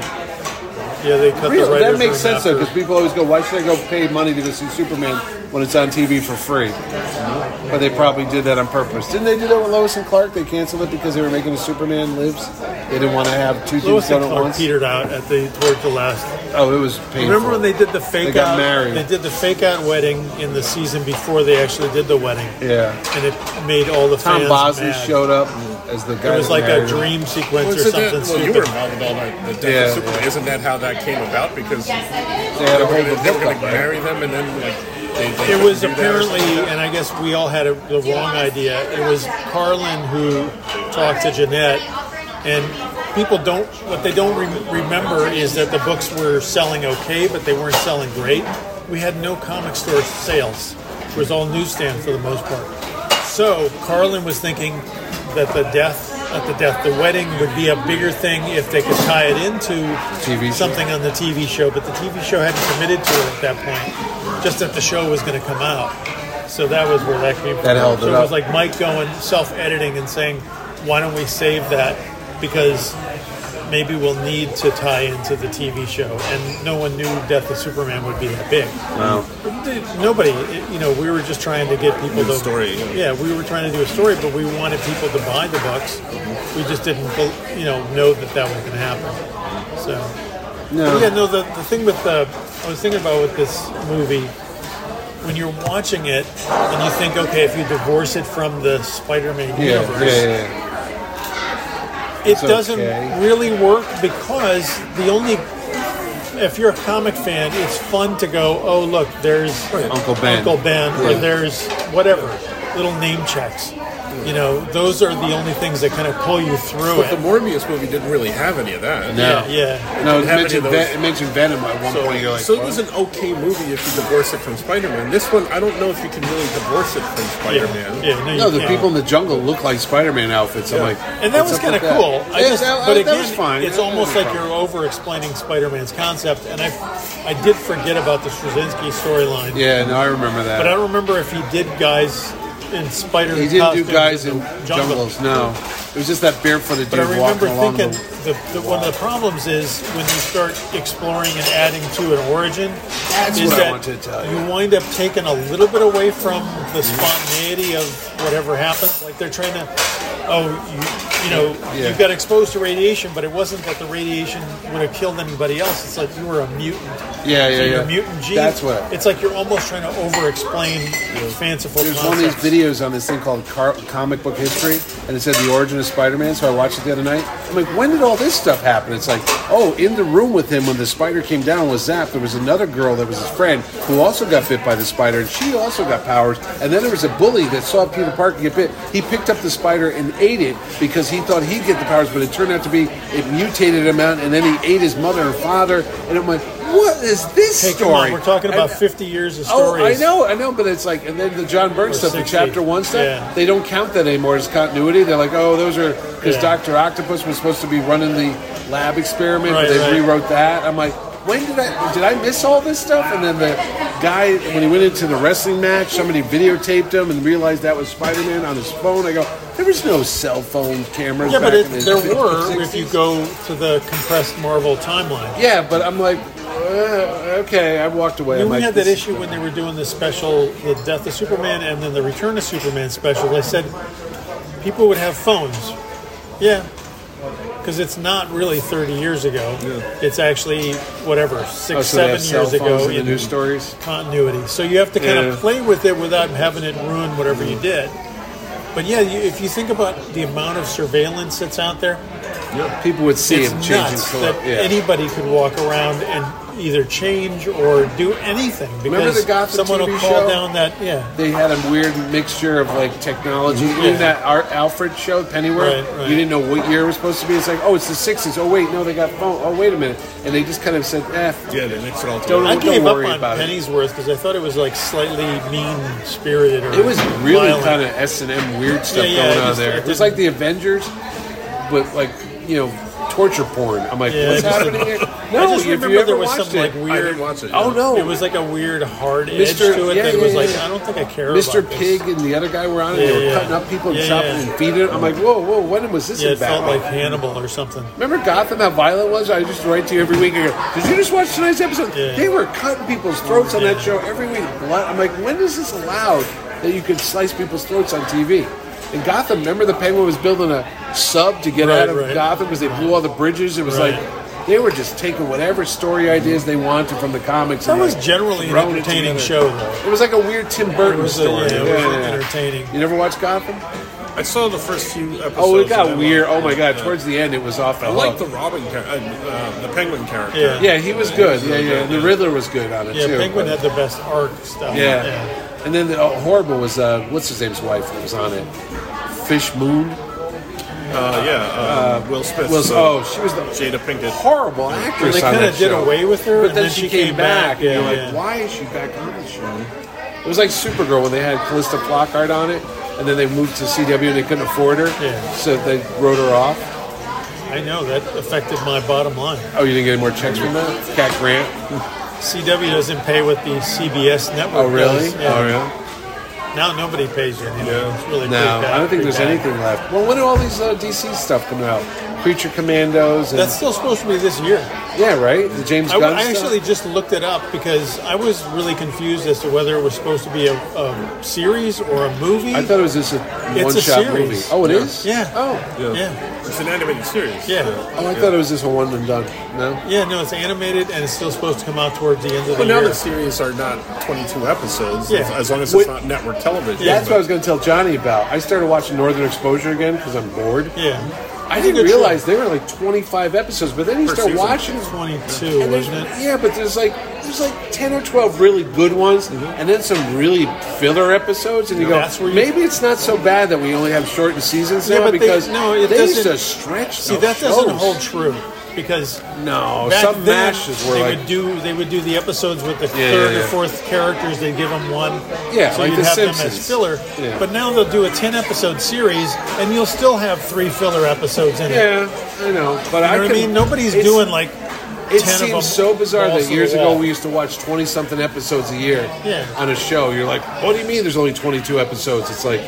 Yeah, they cut
Really,
the writers.
that makes
room
sense though,
after.
because people always go, "Why should I go pay money to go see Superman when it's on TV for free?" But they probably did that on purpose. Didn't they do that with Lois and Clark? They canceled it because they were making a Superman Lives. They didn't want to have two
Lois
dudes
and
done at
Clark
once.
petered out at the towards the last.
Oh, it was painful.
Remember when they did the fake
They got
out?
married.
They did the fake out wedding in the season before they actually did the wedding,
Yeah,
and it made all the
Tom
fans
Bosley
mad.
showed up as the guy.
It was
that
like a
married her.
dream sequence
Well,
or
isn't
something
that, well,
stupid.
you were involved with all the, the death
Yeah.
of Superman. Isn't that how that came about? Because
They had a whole
they were
book
going to
up there.
marry them and then like they, they
It was
couldn't do that or something.
apparently, and I guess we all had a, the wrong idea. It was Carlin who talked to Jeanette, and people don't. What they don't re- remember is that the books were selling okay, but they weren't selling great. We had no comic store sales. It was all newsstand for the most part. So Carlin was thinking that the death, not the death, the wedding would be a bigger thing if they could tie it into
TV show.
something on the TV show, but the TV show hadn't committed to it at that point. Just that the show was going to come out, so that was where that came from.
That held
so
it
it
up.
was like Mike going self-editing and saying, "Why don't we save that because maybe we'll need to tie into the TV show?" And no one knew Death of Superman would be that big. Nobody, you know, we were just trying to get people
Do
to
a story,
Yeah. we were trying to do a story, but we wanted people to buy the books. We just didn't, bel- you know, know that that was going to happen. So.
No.
Yeah, no, the, the thing with the, I was thinking about with this movie, when you're watching it and you think, okay, if you divorce it from the Spider Man
Yeah,
universe,
yeah, yeah,
it
It's
doesn't
okay.
really work because the only, if you're a comic fan, it's fun to go, oh, look, there's
Uncle Ben.
Uncle Ben,
Yeah.
or there's whatever, little name checks. You know, those are the only things that kind of pull you through
But the
it.
Morbius movie didn't really have any of that.
No.
Yeah.
yeah. No, it
How many
mentioned,
of
Ven-
those-
it mentioned Venom at one
So,
point. You're like,
so it
"What?"
was an okay movie if you divorce it from Spider-Man. This one, I don't know if you can really divorce it from
Yeah.
Spider-Man.
yeah no, you
No, the
can't.
people in the jungle look like Spider-Man outfits. I'm like,
And that
what's
was
up
kind of
with that?
cool. I
Yeah,
just,
that-
but
that
again,
was fine.
it's
That
almost
wasn't a
like you're
problem.
over explaining Spider Man's concept. And I, I did forget about the Straczynski storyline.
Yeah, no, I remember that.
But I don't remember if he did guys in Spider
he
Man.
didn't do guys in jungles. No, it was just that barefooted
But
dude
I remember
walking along.
thinking
the,
the, the, one of the problems is when you start exploring and adding to an origin,
That's
is
what I
that
wanted to tell you.
wind up taking a little bit away from the spontaneity of whatever happened. Like they're trying to, oh, you, you know,
Yeah.
you got exposed to radiation, but it wasn't that the radiation would have killed anybody else. It's like you were a mutant.
yeah, yeah,
So
yeah.
You're a mutant gene.
That's what.
It's like you're almost trying to over-explain fanciful
There's one of
concepts.
these videos on this thing called car- comic book history, and it said the origin of Spider-Man. So I watched it the other night. I'm like, when did all this stuff happen? It's like, oh, in the room with him when the spider came down and was zapped, there was another girl that was his friend who also got bit by the spider, and she also got powers. And then there was a bully that saw Peter Parker get bit. He picked up the spider and ate it because he thought he'd get the powers, but it turned out to be it mutated him out, and then he ate his mother and father. And I'm like, what is this
Hey, come
story?
on, we're talking about
And-
50 years of
Oh,
stories.
I know, I know, but it's like, and then the John Byrne stuff, the
60.
chapter one stuff,
Yeah.
they don't count that anymore as continuity. They're like, oh, those are because
Yeah.
Doctor Octopus was supposed to be running the lab experiment,
Right,
but they
right.
rewrote that. I'm like, when did I did I miss all this stuff? And then the guy when he went into the wrestling match, somebody videotaped him and realized that was Spider Man on his phone. I go, there was no cell phone cameras.
Yeah,
back
but it,
in the
there
50s,
were if you
60s.
go to the compressed Marvel timeline.
Yeah, but I'm like, uh, okay, I walked away.
I mean,
I'm
we
like,
had that
this-
issue when they were doing the special, the Death of Superman and then the Return of Superman special. They said people would have phones. Yeah. Because it's not really 30 years ago. It's actually, whatever, six,
Oh, so they
seven
have cell
years ago
phones in the news stories.
continuity. So you have to kind
Yeah.
of play with it without having it ruin whatever you did. But yeah, you, if you think about the amount of surveillance that's out there,
People would see
it's
him changing
nuts
color.
that
Yeah.
anybody could walk around and either change or do anything because
Remember the Gotham
someone
TV
will call
show?
down that yeah
they had a weird mixture of like technology.
Yeah.
In that Art Alfred show, Pennyworth,
Right, right.
you didn't know what year it was supposed to be. It's like, oh, it's the '60s. Oh wait, no, they got phone. Oh wait a minute, and they just kind of said, eh,
Yeah, they mix it all
Don't-
together.
I gave up
worry
on
about it.
Pennyworth because I thought it was like slightly mean spirited or
It was really
violent.
kind of S and M weird stuff
Yeah, yeah,
going
I
on
just-
there.
I
It was
didn't-
like the Avengers, but like you know, torture porn. I'm like,
Yeah,
what's
I just-
happening here?
I
No,
just
if you
remember
ever
there was
watched
some
it-
like weird.
watch it.
Oh no,
It was like a weird hard
Mr.
edge to it
yeah,
that
yeah,
was
yeah,
like
yeah.
I don't think I care
Mr.
about this.
Pig and the other guy were on it.
Yeah,
they were
yeah.
cutting up people and
Yeah,
chopping
yeah.
and feeding. I'm like, whoa, whoa, when was this
Yeah, it
about?
felt like Hannibal or something.
Remember Gotham, how violent it was? I used to write to you every week and go, Did you just watch tonight's episode?
Yeah.
They were cutting people's throats on that
Yeah.
show every week. Blood. I'm like, When is this allowed that you could slice people's throats on TV? In Gotham, remember the Penguin was building a sub to get
Right,
out of
right.
Gotham because they blew all the bridges? It was
Right.
like they were just taking whatever story ideas they wanted from the comics.
That
and,
was
like,
generally an
throwing it
entertaining
together.
show, though.
It was like a weird Tim
It
Burton
was, a, yeah,
story.
it was
Yeah, yeah, yeah.
entertaining.
You never watched Gotham?
I saw the first few episodes.
Oh, it
and I
got weird. Oh
loved
my
it.
god!
Yeah.
Towards the end, it was off the
I
hook.
like the Robin, char- uh, uh, the Penguin character.
Yeah.
Yeah, he was good. Yeah, yeah. The Riddler was good on it
Yeah,
too.
Penguin
but-
had the best arc stuff.
yeah. And then the, oh, horrible was uh, what's his name's wife that was on it? Fish Moon.
Uh, yeah. Uh, Will Smith.
Was oh she was the
Jada Pinkett.
horrible actress.
They
on
kinda
that
did
show.
away with her,
but
and
then,
then
she
she
came,
came
back.
back.
and you're
Yeah,
like,
yeah.
why is she back on the show? It was like Supergirl when they had Callista Flockhart on it, and then they moved to CW and they couldn't afford her,
Yeah.
so they wrote her off.
I know that affected my bottom line.
Oh, you didn't get any more checks from that? Cat Grant.
CW doesn't pay what the CBS network
Oh really?
does. Yeah.
Oh really?
Now nobody pays anymore. It's
No,
really pretty bad,
I don't think
pretty
there's
bad.
anything left. Well, when are all these uh, DC stuff coming out? Creature Commandos and
That's still supposed to be this year.
yeah, right. The James
I,
Gunn.
I
stuff?
actually just looked it up because I was really confused as to whether it was supposed to be a, a series or a movie.
I thought it was just a
It's a
one-shot
series.
movie. Oh, it is.
Yeah.
Oh.
yeah,
It's an animated series.
yeah,
Oh, I thought it was just a one and done. No.
yeah. No, it's animated and it's still supposed to come out towards the end of the
But now
year.
the series are not 22 episodes,
Yeah.
as- as long as
Wait-
it's not network television.
Yeah.
That's what I was going to tell Johnny about. I started watching Northern Exposure again because I'm bored.
yeah,
I didn't
Good show.
realize they were like 25 episodes, but then you
Per
start
season.
watching
twenty-two,
And there's-
wasn't it?
Yeah, but there's like there's like ten or twelve really good ones, and then some really filler episodes, and you go,
Mm-hmm. That's where you-
maybe it's not so bad that we only have shortened seasons
Yeah,
now
but they-
because
no, it
they used
doesn't-
to stretch.
See,
those
that doesn't
shows.
hold true because
No,
back
some
then,
matches were
they
like
would do they would do the episodes with the
yeah,
third
yeah.
or fourth characters. They give them one,
Yeah,
so
like
you'd
The
have them
Simpsons.
as filler.
Yeah.
But now they'll do a ten episode series, and you'll still have three filler episodes in it.
yeah, I know, but
You know
I,
what I
can,
mean? Nobody's
it's-
doing like
It
10 of them
seems so bizarre
balls
that
to the
years ago
wall.
we used to watch twenty something episodes a year
Yeah.
on a show. You're like, what do you mean? There's only twenty two episodes? It's like,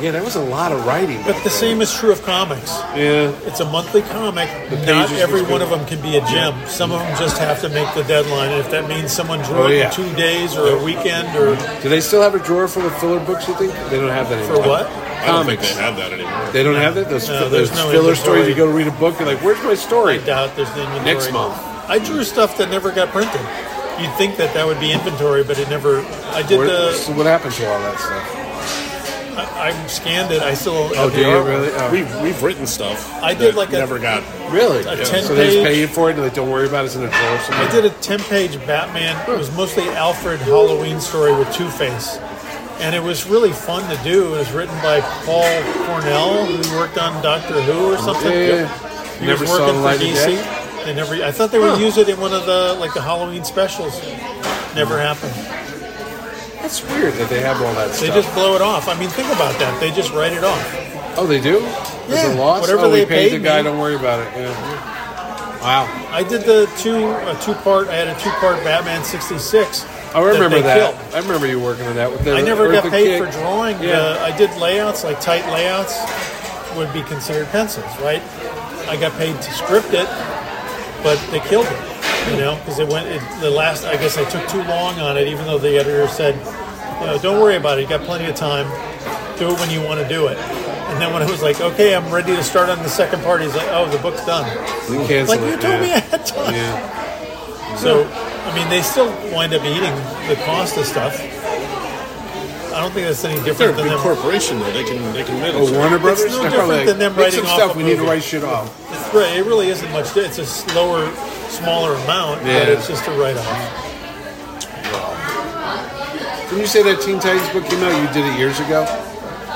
yeah, that was a lot of writing.
But the same is true of comics.
yeah.
It's a monthly comic.
The
Not
pages
every
was
one
good.
of them can be a gem. Some of them just have to make the deadline. And if that means someone drew
Oh,
it
yeah.
in two days or a weekend or
Do they still have a drawer full of filler books? You think they don't have that anymore?
for what,
I don't think
Comics.
they have that anymore.
They don't have that. Those,
No,
those
there's no
filler
inventory.
stories. You go to read a book. You're like, "Where's my story?"
I doubt there's the inventory.
Next month.
I drew stuff that never got printed. You'd think that that would be inventory, but it never. I did
Where,
the.
so what happened to all that stuff?
I, I scanned it. I still. have the
do you
artwork.
really? Oh.
We've, we've written stuff.
I did
that
like a-
never got.
Really?
A
so they just
10-page
pay you for it, and like, don't worry about it. It's in a drawer
I
somewhere.
did a 10 page Batman. It was mostly Alfred Halloween story with Two Face. And it was really fun to do. It was written by Paul Cornell, who worked on Doctor Who or something.
Yeah, yeah, yeah.
He
Never
was
saw
working
the light
for
of day.
DC. They never, I thought they would
Huh.
use it in one of the like the Halloween specials. Never happened.
That's weird that they have all that
They
stuff.
just blow it off. I mean, think about that. They just write it off.
oh, they do. There's a
Yeah,
loss.
whatever
oh, we
they
paid, the
paid
guy.
me.
Don't worry about it. Yeah. Wow.
I did the two a two part. I had a two part Batman '66.
I remember
they
that.
killed.
I remember you working on that with the.
I never
with
got
the
paid
kid.
for drawing.
Yeah.
Uh, I did layouts, like tight layouts would be considered pencils, right? I got paid to script it, but they killed it, you know, because it went, it, the last, I guess I took too long on it, even though the editor said, you know, don't worry about it, you got plenty of time, do it when you want to do it. And then when it was like, okay, I'm ready to start on the second part, he's like, oh, the book's done.
They canceled
Like, you
it,
told me I
yeah.
had time.
Yeah.
So, I mean, they still wind up eating the cost of stuff. I don't think that's any
They're a
different than
big
them.
corporation though. They can they can manage.
Oh, Warner Brothers.
no
They're
different
probably
than them
"Make
writing
some
off
stuff.
a
we need to
movie."
write shit off.
It's right. It really isn't much. di- It's a slower, smaller amount,
Yeah.
but it's just a write-off.
Didn't you say that Teen Titans book came out? You did it years ago.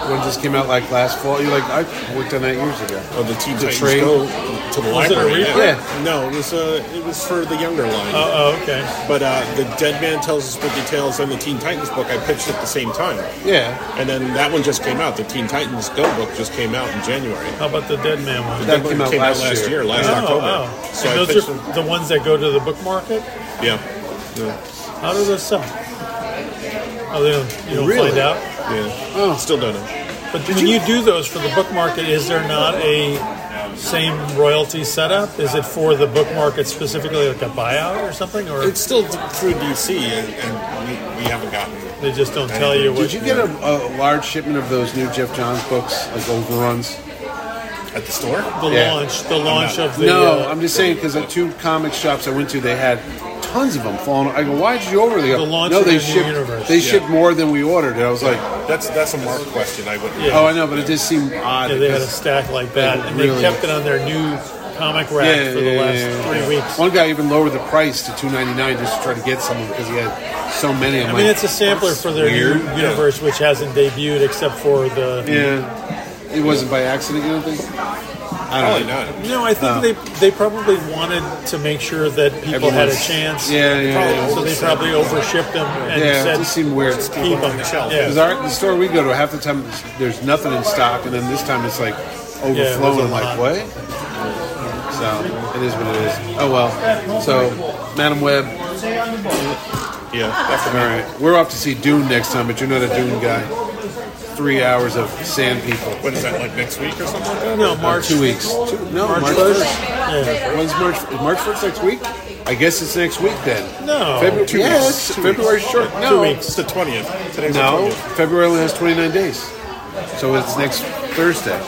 One just came out like last fall. You're like, I worked on that years ago.
Oh, the Teen
The
Titans
train.
go to the
Was it a
library.
reprint?
Yeah.
No, it was uh, it was for the younger line.
Oh, oh, okay.
but uh, the Dead Man Tells Us Spooky Tales and the Teen Titans book I pitched at the same time,
Yeah,
and then that one just came out. The Teen Titans Go book just came out in January.
How about the Dead Man one?
that came out last year.
last
oh,
October.
wow.
So
and
I
those
pitched
are
them.
the ones that go to the book market.
Yeah. yeah,
How do those sell? Oh, they don't, you don't
Really?
find out.
yeah.
Oh.
Still don't know.
But when you do those for the book market, is there not a same royalty setup? Is it for the book market specifically, like a buyout or something, or
It's still through DC, and, and we, we haven't gotten.
they just don't tell you what?
Did you get a, a large shipment of those new Jeff Johns books, like overruns?
At the store?
the
Yeah.
launch, the launch of the
no,
uh,
I'm just saying because at two comic shops I went to, they had tons of them falling. I go, why did you order? They go,
The launch
no,
of
they
the new
shipped.
universe."
They
Yeah.
shipped more than we ordered. And I was like,
That's that's a Mark question. I wouldn't.
Yeah.
oh, I know, but it just seemed odd.
yeah, they had a
because-
stack like that,
Like,
and
really-
they kept it on their new comic rack
Yeah,
for the
yeah,
last
yeah, yeah.
three weeks.
One guy even lowered the price to two ninety nine just to try to get some because he had so many. I'm
I
like,
mean, it's a sampler for their
weird.
new universe, which hasn't debuted except for the.
Yeah, it wasn't by accident. You don't think? I
Probably
don't know.
not.
No, I think
Oh.
they they probably wanted to make sure that people had a
Everyone's-
chance.
Yeah, yeah, yeah.
So they probably overshipped them and
yeah. It
said,
just seemed weird.
keep them.
Because
Yeah.
our the store we go to, half the time there's nothing in stock, and then this time it's like overflowing.
a
I'm like,
lot.
what? So it is what it is. Oh well. So, Madam Web, all
Yeah, that's a
right, we're off to see Dune next time, but you're not a Dune guy. Three hours of sand people.
What is that like next week or something like that?
No,
Uh,
March.
two weeks. Two, no, March,
March
1st.
first. Yeah.
When's March? Is March 1st next week? I guess it's next week then.
No.
February,
Two
yes,
weeks. Two
February's short. No.
Two weeks.
It's the twentieth. Today's
No,
the twentieth.
February only has 29 days. So it's next Thursday.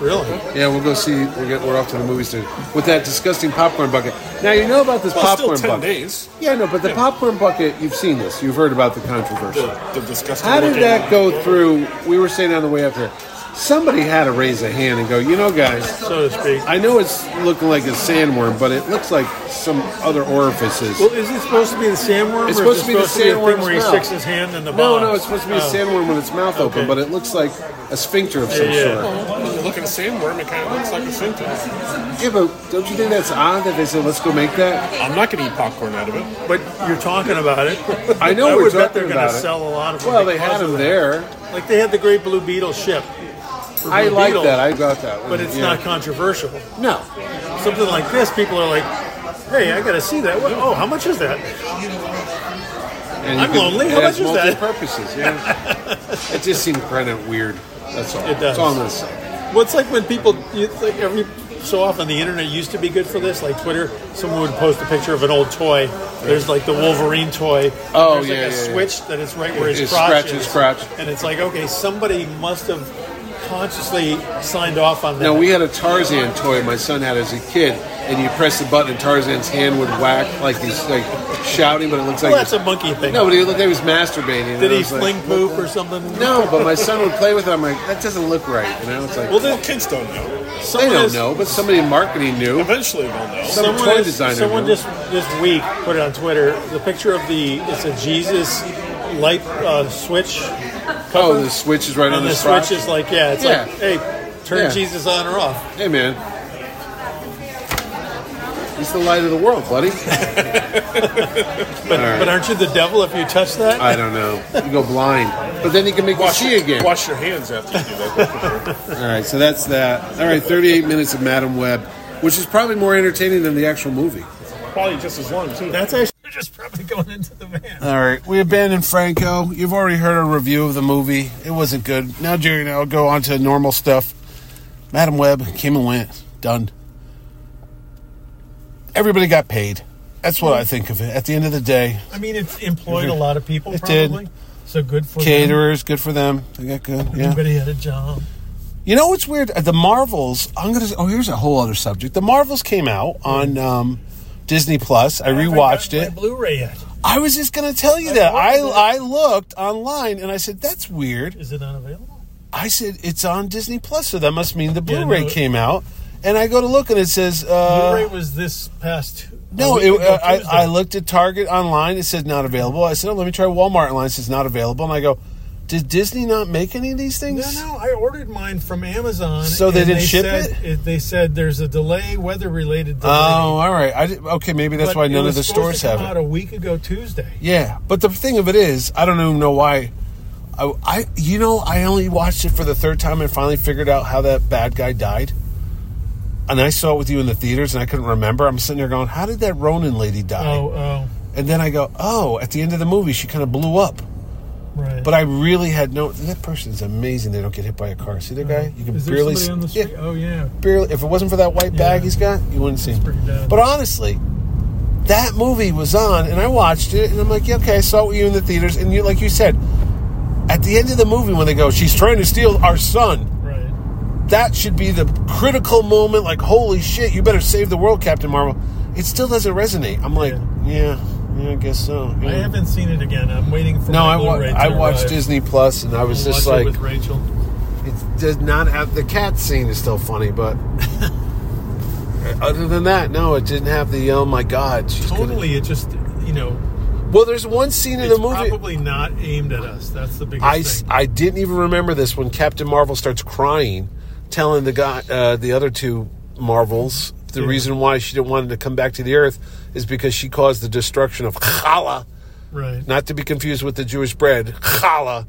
Really?
Yeah, we'll go see. We'll get, we're off to the movies to, with that disgusting popcorn bucket. Now, you know about this
Well,
popcorn
still ten
bucket.
days.
Yeah, no, but the popcorn bucket, you've seen this. You've heard about the controversy.
The, the disgusting.
How did
looking-
that go through? We were saying on the way up here, somebody had to raise a hand and go, you know, guys,
So to speak.
I know it's looking like a sandworm, but it looks like some other orifices.
Well, is it supposed to be the sandworm?
It's
or
supposed
is
to be
it
the
supposed to be the
sandworm
thing where he
smell.
sticks his hand in the
No,
box?
no, it's supposed to be a
Oh.
sandworm with its mouth open,
Okay.
but it looks like a sphincter of some
Yeah, yeah.
sort.
When you look at a sandworm, it kind of looks like a sandworm.
Yeah, but don't you think that's odd that they said let's go make that?
I'm not going to eat popcorn out of it.
But you're talking about it.
I know
I
we're
would bet they're
talking
gonna
about it.
sell a lot of them.
Well, they
because
had
of
them
that.
there.
Like they had the Great Blue Beetle ship. for
I
Blue
like
Beetle,
that. I got that. one.
but it's
Yeah.
not controversial.
No,
Something like this, people are like, "Hey, I got to see that. What, oh, how much is that?
and
I'm lonely.
It
How
has
much is that?
multiple purposes. Yeah, it just seemed kind of weird. That's all.
It does.
That's all I'm gonna say.
Well, it's like when people, you, like every so often, the internet used to be good for this. Like Twitter, someone would post a picture of an old toy. There's like the Wolverine toy.
Oh, yeah,
There's like
yeah,
a
yeah.
switch that is right where his
It's
crotch
scratch,
is.
it's scratch.
And it's like, okay, somebody must have consciously signed off on that.
Now we had a Tarzan toy my son had as a kid, and you press the button, and Tarzan's hand would whack like he's like shouting, but it looks like
well, that's a monkey thing.
no, but he looked like he was masturbating. and
Did
I
he
was like,
fling poop or something?
No, but my son would play with it. I'm like, that doesn't look right. You know, it's like
Well,
Well,
then
kids don't know.
they
someone
don't
is-
know, but somebody in marketing knew.
Eventually, they'll know.
Some
someone
toy
is-
designer
Someone
knew.
just this week put it on Twitter. The picture of the it's a Jesus light uh, switch.
Oh,
cover.
the switch is right on
and
the,
the
crotch.
switch is like, yeah, it's
Yeah.
like, hey, turn
Yeah.
Jesus on or off.
Hey, man. He's the light of the world, buddy.
But
right. Uh,
but aren't you the devil if you touch that?
I don't know. You go blind, but then you can make you see again.
Wash your hands after you do that.
All right, so that's that. All right, 38 minutes of Madam Web, which is probably more entertaining than the actual movie.
Probably just as long too.
That's actually you're just probably going into the van.
All right, we abandoned Franco. You've already heard a review of the movie. It wasn't good. Now Jerry and I will go on to normal stuff. Madam Web came and went. Done. Everybody got paid. That's what I think of it. At the end of the day,
I mean, it employed
Mm-hmm.
a lot of people.
It did.
probably. So good for them.
caterers, good for them. They got good. Yeah.
Everybody had a job.
You know what's weird? The Marvels. I'm gonna. Oh, here's a whole other subject. The Marvels came out on um, Disney Plus. I
I haven't
rewatched
gotten
it.
my Blu-ray yet?
I was just going to tell you that. I, I looked online and I said, that's weird.
Is it unavailable?
I said, it's on Disney Plus, so that must mean the Blu
Yeah,
ray
no.
came out. And I go to look and it says,
Blu-ray
uh,
was this past. a
no,
week
it, uh,
ago
I,
Tuesday.
I looked at Target online. It said not available. I said, oh, let me try Walmart online. It says not available. And I go, did Disney not make any of these
No,
things?
no, I ordered mine from Amazon.
So they
and
didn't ship
said-
it?
They said there's a delay, weather-related delay.
Oh, all right. I did, okay, maybe that's
But
why
it
none of
was
the
supposed
stores
to come
have it.
Out a week ago Tuesday.
Yeah, but the thing of it is, I don't even know why. I, I, you know, I only watched it for the third time and finally figured out how that bad guy died. And I saw it with you in the theaters, and I couldn't remember. I'm sitting there going, "How did that Ronin lady die?"
Oh, oh,
And then I go, "Oh, at the end of the movie, she kind of blew up."
right.
But I really had no. That person's amazing. They don't get hit by a car. See that guy? You can
Is there
barely.
somebody on the
yeah,
street? Oh yeah.
barely. If it wasn't for that white bag
Yeah.
he's got, you wouldn't see
pretty
him.
bad.
But honestly, that movie was on, and I watched it, and I'm like, yeah, okay, I saw it with you in the theaters, and you, like you said, at the end of the movie when they go, she's trying to steal our son.
Right.
That should be the critical moment. Like, holy shit, you better save the world, Captain Marvel. It still doesn't resonate. I'm like, yeah, yeah, I guess so.
I
yeah.
haven't seen it again. I'm waiting for.
Mm. No,
my
I, wa-
Blu-ray to
I watched
arrive.
Disney Plus, and I was
I'll
just
watch
like,
it with Rachel.
it does not have the cat scene is still funny, but other than that, no, it didn't have the oh my god. She's gonna-"
Totally, it just you know,
well, there's one scene in
it's
the movie.
probably not aimed at us. That's the biggest
I, s-
thing.
I didn't even remember this when Captain Marvel starts crying, telling the guy uh, the other two Marvels the
Yeah.
reason why she didn't want him to come back to the Earth is because she caused the destruction of Chala,
right.
not to be confused with the Jewish bread Chala,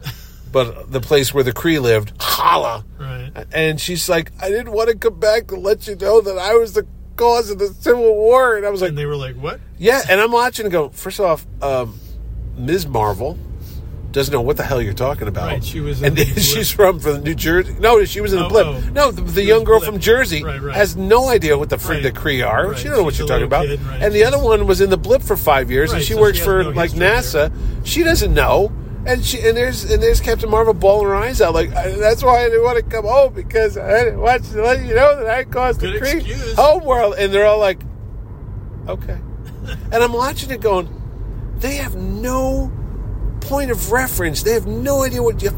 but the place where the Kree lived Chala.
Right.
And she's like, I didn't want to come back to let you know that I was the cause of the Civil War. And I was like,
And they were like, "What?"
Yeah. And I'm watching and go, first off, um, Ms. Marvel doesn't know what the hell you're talking about.
Right, she was in
and
the blip.
she's from from New Jersey. No, she was in the
Oh,
blip.
oh.
No, the, the
She
young
was
girl
blip.
from Jersey
Right, right.
has no idea what the frig
Right.
the Cree are.
Right,
She don't know what
she's
you're
a
talking about.
little kid, right.
And the other one was in the blip for five years, and
Right,
she
so
works
she has
for
no
like
history there.
NASA. She doesn't know. And she and there's and there's Captain Marvel bawling her eyes out like "I- that's why I didn't want to come home because I didn't want to let you know that I caused the
Good
Cree
excuse.
homeworld and they're all like Okay. And I'm watching it going, they have no point of reference. They have no idea what you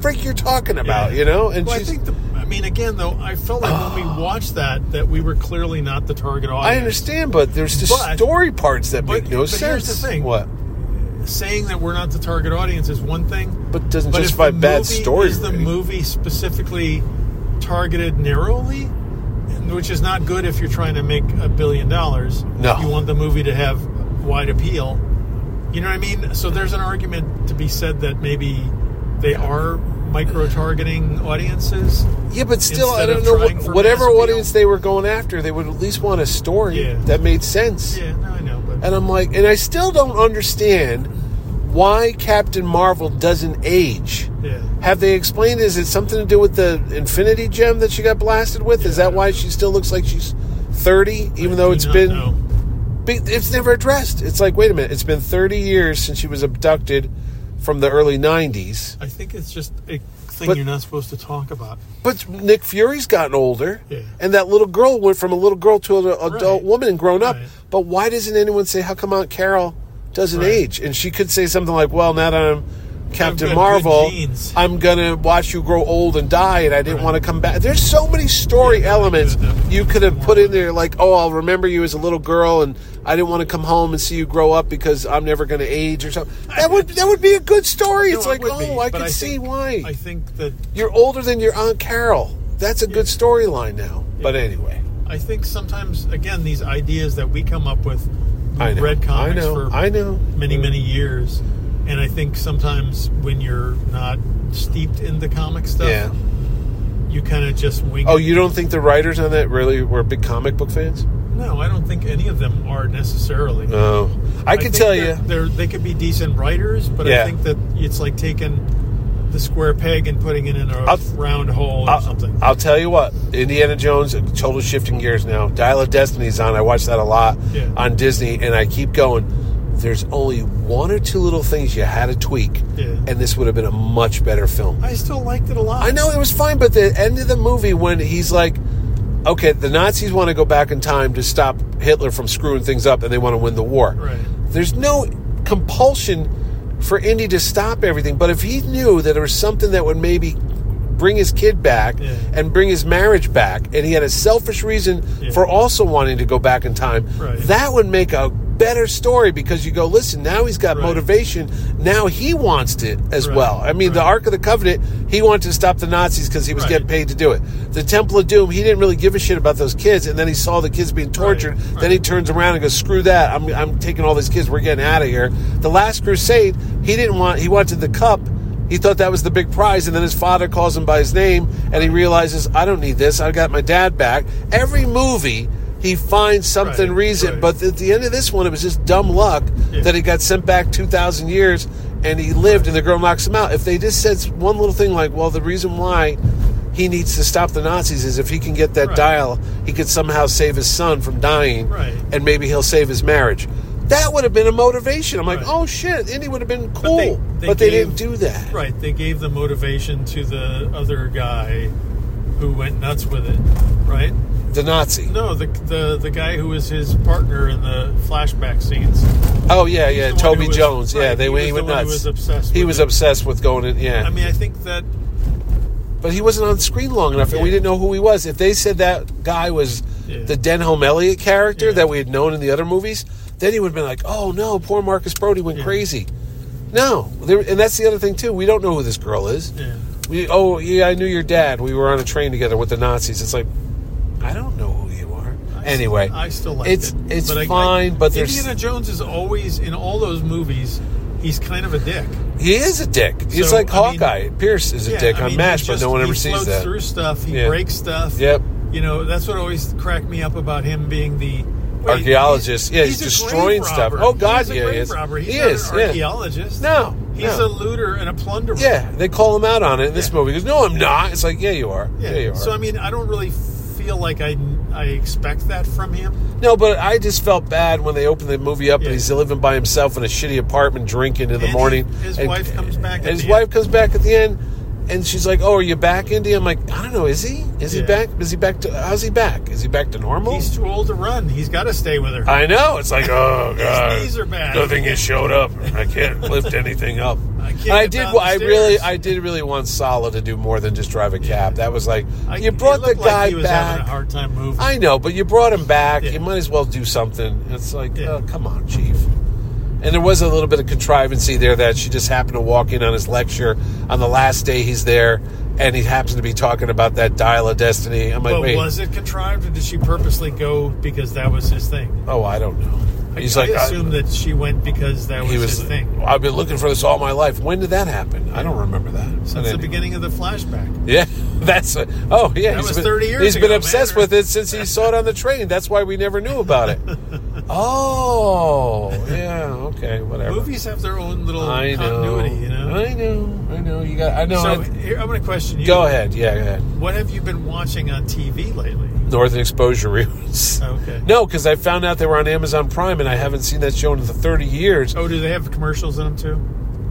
freak you're talking about,
Yeah.
you know? And
well, I
she's-
think the. I mean, again, though, I felt like when we watched that, that we were clearly not the target
I
audience.
understand, but there's just
But-
story parts that
but-
make no
but here's
sense.
the thing.
What?
Saying that we're not the target audience is one thing,
But doesn't
if
justify
the
bad
movie-
story
Is the
writing.
movie specifically targeted narrowly, And- which is not good if you're trying to make a billion dollars?
No.
you want the movie to have wide appeal. You know what I mean? So there's an argument to be said that maybe they are micro targeting audiences.
Yeah, but still, I
Instead
don't
of
know.
trying
What,
for
whatever
mass appeal.
audience they were going after, they would at least want a story
Yeah.
that made sense.
Yeah, no, I know, but
And I'm like, and I still don't understand why Captain Marvel doesn't age.
yeah,
Have they explained? Is it something to do with the Infinity Gem that she got blasted with? is that why she still looks like she's thirty, even though
Do
it's
not
been?
know.
be- It's never addressed. It's like, wait a minute, it's been thirty years since she was abducted from the early '90s.
I think it's just a thing
But-
you're not supposed to talk about.
But Nick Fury's gotten older,
Yeah.
and that little girl went from a little girl to an adult
Right.
woman and grown up.
Right.
But why doesn't anyone say, "How come Aunt Carol doesn't
Right.
age?" And she could say something like, "Well, now that I'm
got
Captain
good
Marvel,
genes."
I'm gonna watch you grow old and die, and I didn't want to come back." There's so many story elements
could have-
you could have put in there, like, "Oh, I'll remember you as a little girl, and I didn't want to come home and see you grow up because I'm never gonna age," or something. That would that would be a good story. it's
No, it
like,
would
oh,
be,
I
but
can see
think-
why.
I think that
You're older than your Aunt Carol. That's a good storyline now. But anyway,
I think sometimes again these ideas that we come up with
I know.
read comics
I know.
for
I know.
many many years, and I think sometimes when you're not steeped in the comic stuff,
Yeah.
you kind of just wing.
Oh,
it.
you don't think the writers on that really were big comic book fans?
no, I don't think any of them are necessarily.
No. I can
think
tell
they're-
you.
they're, they could be decent writers, but
Yeah.
I think that it's like taking the square peg and putting it in a
I'll-
round hole or
I'll,
something.
I'll tell you what. Indiana Jones, total shifting gears now. Dial of Destiny's on. I watch that a lot
Yeah.
on Disney, and I keep going. There's only one or two little things you had to tweak,
Yeah.
and this would have been a much better film.
I still liked it a lot.
I know it was fine, but the end of the movie when he's like, okay, the Nazis want to go back in time to stop Hitler from screwing things up and they want to win the war.
Right.
There's no compulsion for Indy to stop everything. But if he knew that there was something that would maybe bring his kid back
Yeah.
and bring his marriage back, and he had a selfish reason
Yeah.
for also wanting to go back in time,
Right.
that would make a better story because you go, listen, now he's got
Right.
motivation. Now he wants it as
Right.
well. I mean, the
Right.
Ark of the Covenant, he wanted to stop the Nazis because he was
Right.
getting paid to do it. The Temple of Doom, he didn't really give a shit about those kids, and then he saw the kids being tortured.
Right.
Then he turns around and goes, "Screw that! I'm, I'm taking all these kids. We're getting out of here." The Last Crusade, he didn't want. He wanted the cup. He thought that was the big prize, and then his father calls him by his name, and he realizes, "I don't need this. I got my dad back." Every movie. He finds something
Right,
reason,
right.
but at the end of this one, it was just dumb luck
Yeah.
that he got sent back 2,000 years and he lived and the girl knocks him out. If they just said one little thing like, well, the reason why he needs to stop the Nazis is if he can get that
Right.
dial, he could somehow save his son from dying
Right.
and maybe he'll save his marriage. That would have been a motivation. I'm like,
Right.
oh shit, Indy would have been cool. But
they-
they,
they
didn't
gave-
do that.
Right, they gave the motivation to the other guy who went nuts with it, right?
The Nazi.
No, the the, the guy who was his partner in the flashback scenes.
Oh, yeah, yeah.
the one who
Toby
was-
Jones. yeah,
right,
they
he
went,
was
he went
the one who
nuts.
was obsessed
He
with
was
it.
obsessed with going in, yeah.
I mean, I think that
but he wasn't on screen long enough, and we
Yeah.
didn't know who he was. If they said that guy was
Yeah.
the Denholm Elliott character
Yeah.
that we had known in the other movies, then he would have been like, "Oh no, poor Marcus Brody went crazy." No, there, and that's the other thing too. We don't know who this girl is.
Yeah.
We oh yeah, I knew your dad. We were on a train together with the Nazis. It's like I don't know who you are. anyway,
I still like
it's
it.
it's
But I- I-
fine, but there's
Indiana Jones is always in all those movies. He's kind of a dick.
he is a dick. He's
So,
like
I mean-
Hawkeye. Pierce is a
Yeah,
dick
I
on
mean, he
Mash, but
just-
no one
he
ever sees
floats
that.
Through stuff, he
Yeah.
breaks stuff.
Yep.
You know that's what always cracked me up about him being the wait,
Archaeologist. Yeah, he's
a
destroying
grave
stuff.
robber.
Oh, God,
he's a
yeah, he
grave
is.
Robber. He's
He
not
is,
An
yeah.
archaeologist.
No,
he's
no.
a looter and a plunderer.
Yeah, they call him out on it in this
Yeah.
movie. He goes, "No, I'm not." It's like, "Yeah, you are. Yeah, you are."
So I mean, I don't really feel like I I expect that from him.
no, but I just felt bad when they opened the movie up
Yeah.
and he's living by himself in a shitty apartment, drinking in the
And
morning.
he- his
and,
wife comes back
and
at
his
the
wife
end.
comes back at the end, and she's like, "Oh, are you back, Indy?" I'm like, "I don't know. Is he? Is he
Yeah.
back? Is he back to? How's he back? Is he back to normal?"
He's too old to run. He's got to stay with her.
I know. It's like, oh god,
knees are bad.
Nothing has showed up. I can't lift anything up.
I can't
And I
get
did.
down the
I really,
stairs.
I did really want Salah to do more than just drive a cab. That was like
I,
you brought
it
the
looked
guy
like he was
back.
having a hard time moving.
I know, but you brought him back.
Yeah.
You might as well do something. It's like,
Yeah.
oh, come on, Chief. And there was a little bit of contrivancy there that she just happened to walk in on his lecture on the last day he's there, and he happens to be talking about that dial of destiny. I'm like,
but
wait,
was it contrived, or did she purposely go because that was his thing?
oh, I don't know. He's like,
I
I-
assume that she went because that was,
he was.
his thing
I've been looking for this all my life. When did that happen? I don't remember that.
since the beginning of the flashback.
Yeah, that's a, oh yeah.
That
he's
was
been-
30 years
He's been
ago,
obsessed
man.
with it since he saw it on the train. That's why we never knew about it. Oh yeah, okay, whatever.
Movies have their own little
I know.
continuity, you know.
I know. I know. You got. I know.
So
I-
here, I'm going to question you.
go ahead. Yeah, go ahead.
What have you been watching on TV lately?
Northern Exposure reruns.
Okay.
No, because I found out they were on Amazon Prime, and I haven't seen that show in the 30 years.
Oh, do they have commercials in them too?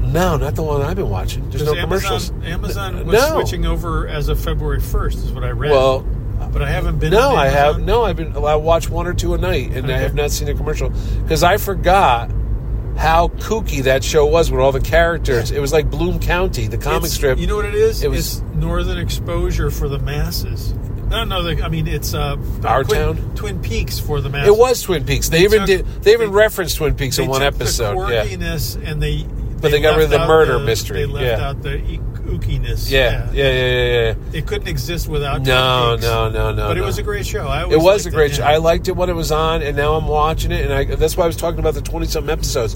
No, not the one I've been watching. There's no
Amazon,
commercials.
Amazon was
No.
switching over as of February 1st, is what I read.
Well,
but I haven't been.
No,
on
I have
Amazon.
no. I've been. I watch one or two a night, and I
Okay.
have not seen a commercial because I forgot how kooky that show was with all the characters. It was like Bloom County, the comic
It's-
strip.
You know what it is?
It was-
it's northern exposure for the masses. No, no. The, I mean, it's uh,
Our
Twin,
town?
Twin Peaks for the masses.
it was Twin Peaks. They, even
took-
did. They even
they-
referenced Twin Peaks
They
in one
took
episode.
The
yeah.
quirkiness and they,
But they got rid of
left
the
out
murder mystery,
They left
yeah.
out the e- ookiness.
Yeah, yeah, yeah, yeah, yeah.
It couldn't exist without.
No,
Twin Peaks.
no, no, no.
But
no.
it was a great show. I
It
always
was
liked
a great show.
yeah.
I liked it when it was on, and now I'm watching it, and I, that's why I was talking about the 20 something episodes.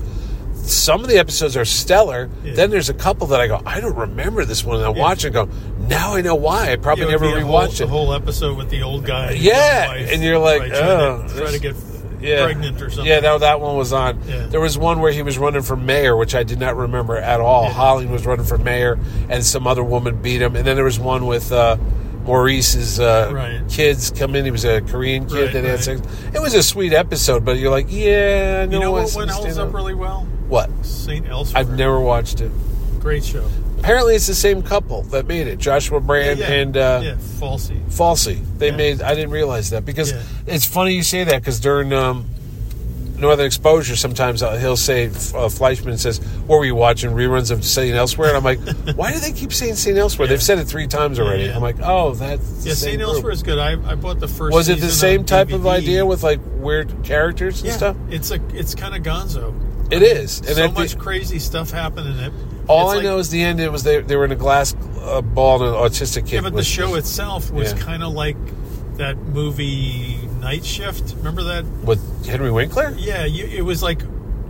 Some of the episodes are stellar.
Yeah.
Then there's a couple that I go, I don't remember this one, and I watch it and go, now I know why. I
You
probably
know,
never
the
rewatched
whole,
it.
The whole episode with the old guy. and
Yeah,
his wife,
and you're like,
right, trying
oh,
to, try to get
yeah.
pregnant or something.
Yeah, now that one was on.
Yeah.
There was one where he was running for mayor, which I did not remember at all.
Yeah.
Holly was running for mayor, and some other woman beat him. And then there was one with uh, Maurice's uh,
Right.
kids come in. He was a Korean kid
Right,
that had
right.
sex. It was a sweet episode, but you're like, yeah, no
You know
one's
what one
gonna
holds
stand
up
on-
really well?
What?
Saint Elsewhere.
I've never watched it.
great show.
Apparently, it's the same couple that made it, Joshua Brand
yeah,
and uh,
yeah, falsy.
Falsey. They
Yeah.
made. I didn't realize that because
Yeah.
it's funny you say that because during um, Northern Exposure, sometimes uh, he'll say, uh, Fleischman says, What were you watching? Reruns of St. Elsewhere? And I'm like, Why do they keep saying St. Elsewhere? They've said it three times already.
Yeah, yeah.
I'm like, Oh, that's. the same
Yeah, St.
group."
Elsewhere is good. I, I bought the first.
Was it the
season
same
on
type of
DVD.
idea with like weird characters and
yeah,
stuff?
It's a it's kind of Gonzo.
It is. And
so
at the-
much crazy stuff happened in it.
all
It's
I
like-
know is the end, it was they, they were in a glass uh, ball and an autistic kid.
Yeah, but the
was-
show itself was
Yeah.
kind of like that movie Night Shift. Remember that?
With Henry Winkler?
Yeah, you, it was like,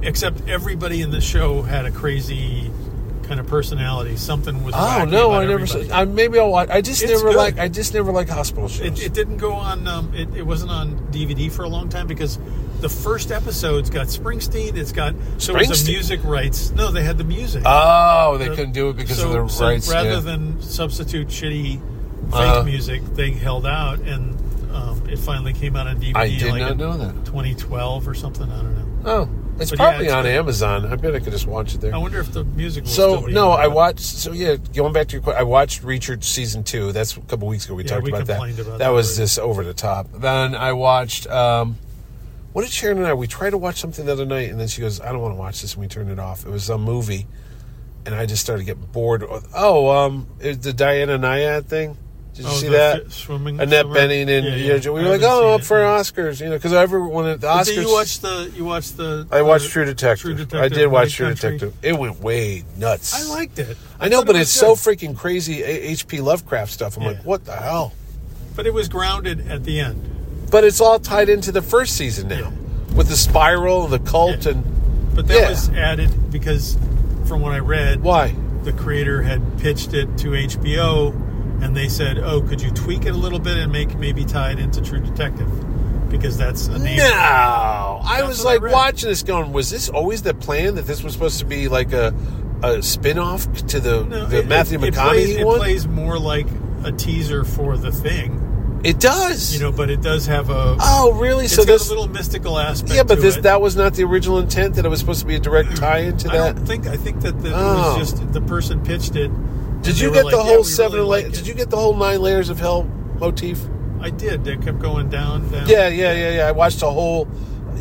except everybody in the show had a crazy kind of personality. Something was.
Oh
wacky
no,
about
I never.
everybody.
Saw, I maybe I'll watch. I just
It's
never
good.
like. I just never like hospital shows.
It, it didn't go on. Um, it, it wasn't on DVD for a long time because the first episode's got Springsteen. It's got so it was
Springsteen?
the music rights. No, they had the music.
oh, they couldn't do it because
so,
of the
so
rights.
Rather
yeah.
than substitute shitty fake
Uh-huh.
music, they held out, and um, it finally came out on DVD.
I did
like
not
in
know that.
2012 or something. I don't know.
oh, it's
But yeah,
probably
it's
on
good.
Amazon. I bet I could just watch it there.
I wonder if the music. Will
So
still be
no,
on.
I watched. So yeah, going back to your question, I watched Reacher season two. That's a couple weeks ago. We
Yeah,
talked
we
about that.
complained about
that
that
was
already.
just over the top. Then I watched. Um, what did Sharon and I? We tried to watch something the other night, and then she goes, "I don't want to watch this," and we turned it off. It was a movie, and I just started getting bored. with- Oh, um, it, the Diana Nyad thing. Did you
Oh,
see
the
that?
fi- swimming-
Annette
swimmer?
Benning and
Yeah,
you
yeah.
know, we
I
were like,
haven't
"Oh,
seen
up
it,
for
yeah.
Oscars," you know, because everyone at the Oscars.
Did you watch the? You watched the?
I watched
the
True Detective.
True Detective.
I did watch
Night
True
Country.
Detective. It went way nuts.
I liked it.
I know,
thought
but
it was
it's so
good.
freaking crazy. A- H.P. Lovecraft stuff. I'm
Yeah.
like, what the hell?
But it was grounded at the end.
But it's all tied into the first season now, with the spiral, and the cult,
Yeah.
and
But that
Yeah.
was added because, from what I read,
why?
the creator had pitched it to HBO, and they said, "Oh, could you tweak it a little bit and make maybe tie it into True Detective?" Because that's a name.
No, I
That's
was
what I
like
read.
watching this, going, was this always the plan that this was supposed to be like a a spin off to the
No,
the
it-
Matthew
it, it
McConaughey
plays,
one?
It plays more like a teaser for the thing,
It does.
you know. But it does have a.
oh, really?
it's
so
got
this.
a little mystical aspect.
yeah, but
to
this
it.
that was not the original intent that it was supposed to be a direct tie into
I
that.
don't think. I think that the,
Oh.
it was just the person pitched it. and
Did
they
you
were
get
like,
the
"Yeah,
whole
we
seven?
Really
la-
like
did
it."
you get the whole nine layers of hell motif?
I did. They kept going down. down.
Yeah, yeah, yeah, yeah. I watched a whole,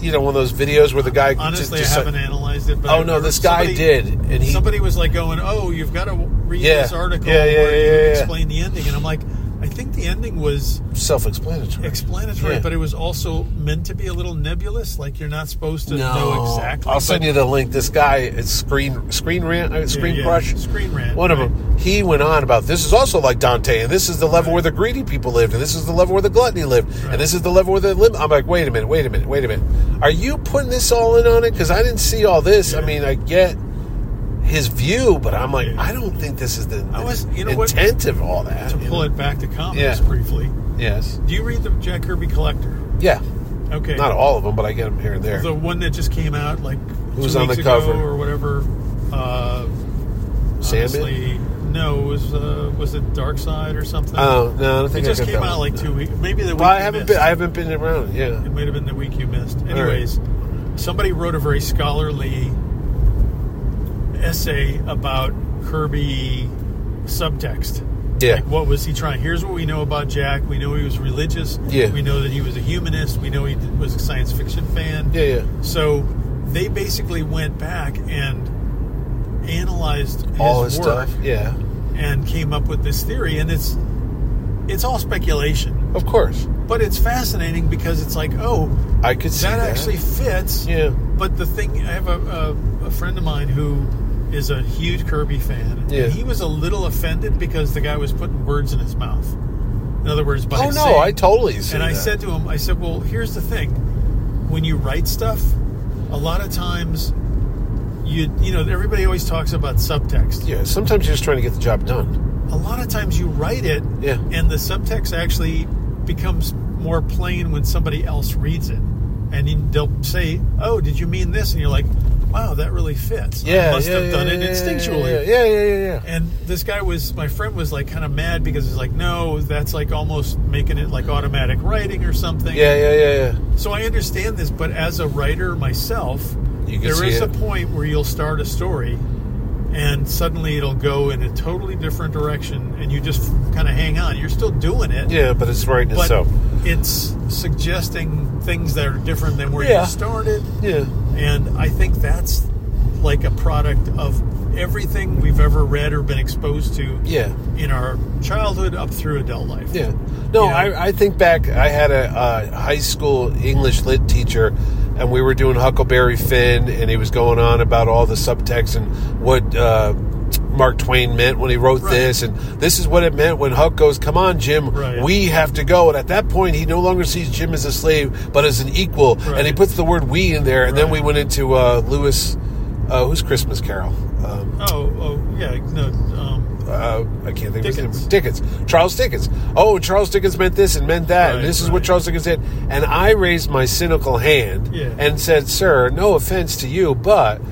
you know, one of those videos where the guy just-
Honestly,
just
I
like-
haven't analyzed it. But
Oh,
I
no,
remember
this guy did, and he-
somebody was like going, "Oh, you've got to read
Yeah.
this article
Yeah, yeah,
where
yeah,
you
yeah.
explain the ending." And I'm like, I think the ending was
self-explanatory.
explanatory,
Yeah.
but it was also meant to be a little nebulous. Like you're not supposed to
no,
know exactly.
I'll send
but-
you the link. This guy, it's screen screen rant, uh,
Yeah,
screen
yeah,
crush,
Screen rant.
One of
right.
them. He went on about this is also like Dante, and this is the level where the greedy people lived, and this is the level where the gluttony lived, and this is the level where the lim- I'm like, wait a minute, wait a minute, wait a minute. Are you putting this all in on it? Because I didn't see all this. I mean, I get his view, but I'm like, I don't think this is the
I was- you know what?
intent of all that.
To
you
pull
know?
it back to comics
Yeah.
briefly,
Yes.
do you read the Jack Kirby Collector?
Yeah.
Okay,
Not all of them, but I get them here and there.
the one that just came out like
Who's
two
on
weeks
the
ago
cover?
or whatever. Uh,
Sandman.
honestly, no, it was uh, was it Dark Side or something?
Oh no, I don't think
it
I
just
got
came
that
out
one.
like two weeks, maybe the week.
Well, I
you
haven't
missed.
been. I haven't been around. Yeah.
It might have been the week you missed. Anyways, somebody wrote a very scholarly essay about Kirby subtext.
Yeah.
Like, what was he trying? Here's what we know about Jack. We know he was religious.
Yeah.
We know that he was a humanist. We know he d- was a science fiction fan.
Yeah. Yeah.
So they basically went back and analyzed his
All his
work
stuff. Yeah.
and came up with this theory. And it's it's all speculation,
Of course.
but it's fascinating because it's like, oh,
I could see
that
that.
actually fits.
Yeah.
But the thing, I have a, a, a friend of mine who is a huge Kirby fan,
Yeah.
and he was a little offended because the guy was putting words in his mouth. In other words, by
Oh no,
saying-
I totally see
and I
that.
said to him, I said, well, here's the thing. When you write stuff, a lot of times you you know everybody always talks about subtext.
Yeah, sometimes you're just trying to get the job done.
A lot of times you write it,
Yeah.
and the subtext actually becomes more plain when somebody else reads it, and then they'll say, "Oh, did you mean this?" And you're like, "Wow, that really fits.
Yeah.
I must
yeah,
have
yeah,
done it
yeah,
instinctually."
Yeah, yeah, yeah, yeah. yeah.
And this guy was, my friend was like kind of mad because he's like, no, that's like almost making it like automatic writing or something.
Yeah, yeah, yeah, yeah.
So I understand this, but as a writer myself,
You can
there
see
is a
it.
point where you'll start a story and suddenly it'll go in a totally different direction and you just kind of hang on. You're still doing it.
Yeah, but it's right in
But
itself.
it's suggesting things that are different than where
Yeah.
you started.
Yeah.
And I think that's like a product of everything we've ever read or been exposed to
Yeah.
in our childhood up through adult life.
Yeah. No,
You know?
I, I think back, I had a uh, high school English lit teacher, and we were doing Huckleberry Finn, and he was going on about all the subtext and what uh, Mark Twain meant when he wrote
Right.
this, and this is what it meant when Huck goes, Come on, Jim,
Right.
we have to go. And at that point, he no longer sees Jim as a slave, but as an equal, and he
Right.
puts the word we in there, and then we
Right.
went into uh, Lewis, uh, who's Christmas Carol? Um,
Oh, oh, yeah, no, um,
uh, I can't think of his
Dickens.
name. Dickens. Charles Dickens. Oh, Charles Dickens meant this and meant that, and
Right,
this is
right.
what Charles Dickens did. And I raised my cynical hand
Yeah.
and said, Sir, no offense to you, but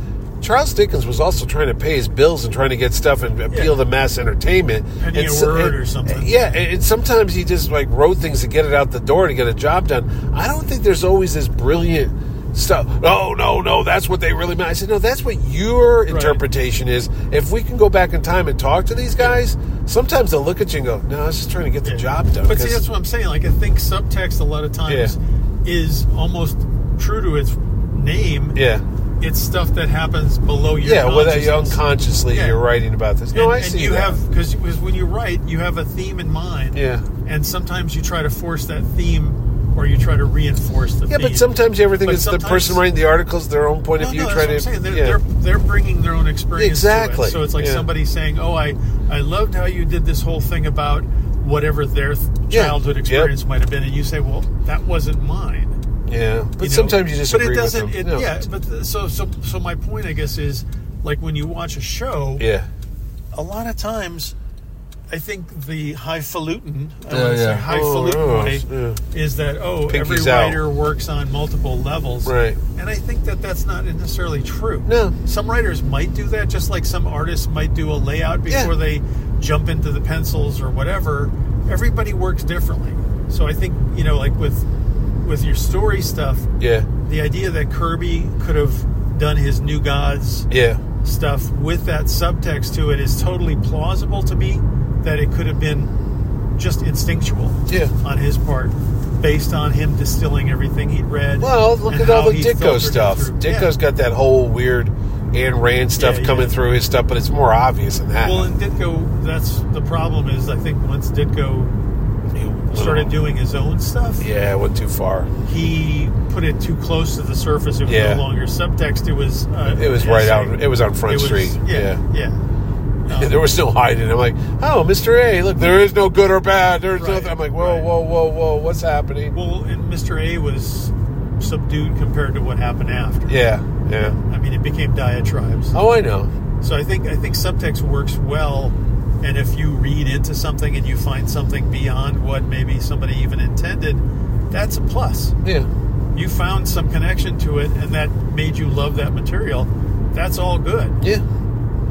Charles Dickens was also trying to pay his bills and trying to get stuff and appeal to mass entertainment.
Penny
And
a
so- and-
word or something.
Yeah, and and sometimes he just like wrote things to get it out the door to get a job done. I don't think there's always this brilliant stuff. No, no, no, that's what they really meant. I said, no, that's what your interpretation is. If we can go back in time and talk to these guys, sometimes they'll look at you and go, no, I was just trying to get the job done.
But see,
'cause-
that's what I'm saying. Like, I think subtext a lot of times is almost true to its name.
yeah.
It's stuff that happens below your
Yeah, whether you
consciousness.
unconsciously
Yeah.
you're writing about this. No,
and,
I
and
see.
you
that.
have because when you write, you have a theme in mind.
Yeah.
And sometimes you try to force that theme, or you try to reinforce the.
Yeah,
theme.
but sometimes everything
But
is the
sometimes-
person writing the articles, their own point
No,
of view.
no, that's
try
what
to
I'm saying. They're,
yeah.
they're they're bringing their own experience. to it.
Exactly.
So it's like
Yeah.
somebody saying, "Oh, I I loved how you did this whole thing about whatever their th-
Yeah.
childhood
Yep.
experience might have been," and you say, "Well, that wasn't mine."
yeah. But
you know?
sometimes you disagree
But it doesn't.
with them.
It,
No.
Yeah. But th- so so so my point, I guess, is like when you watch a show,
yeah.
a lot of times, I think the highfalutin, I
Yeah,
wouldn't say
yeah.
highfalutin
Oh,
way,
yeah.
is that oh,
Pinkies
every
out.
writer works on multiple levels,
Right.
And I think that that's not necessarily true.
No.
some writers might do that, just like some artists might do a layout before they jump into the pencils or whatever. Everybody works differently, so I think you know, like with with your story stuff,
Yeah.
the idea that Kirby could have done his New Gods
Yeah.
stuff with that subtext to it is totally plausible to me that it could have been just instinctual
Yeah.
on his part based on him distilling everything he'd read.
Well, look
and
at all
how
the
he
Ditko
filtered it
stuff.
through.
Ditko's
Yeah.
got that whole weird Ayn Rand stuff
Yeah, yeah.
coming through his stuff, but it's more obvious than that.
Well, in Ditko, that's the problem is I think once Ditko started doing his own stuff,
yeah, it went too far.
he put it too close to the surface. It was
Yeah.
no longer subtext. It was. Uh,
It was
an
right
essay.
out. It was on Front
It was-
Street.
Yeah.
Yeah.
Yeah. Um,
There was no hiding. I'm like, oh, Mr. A, look, there is no good or bad. There's
Right,
nothing. I'm like, whoa,
right.
whoa, whoa, whoa, what's happening?
Well, and Mr. A was subdued compared to what happened after.
Yeah, yeah.
I mean, it became diatribes.
Oh, I know.
So I think I think subtext works well, and if you read into something and you find something beyond what maybe somebody even intended, that's a plus.
Yeah,
You found some connection to it, and that made you love that material. That's all good.
yeah.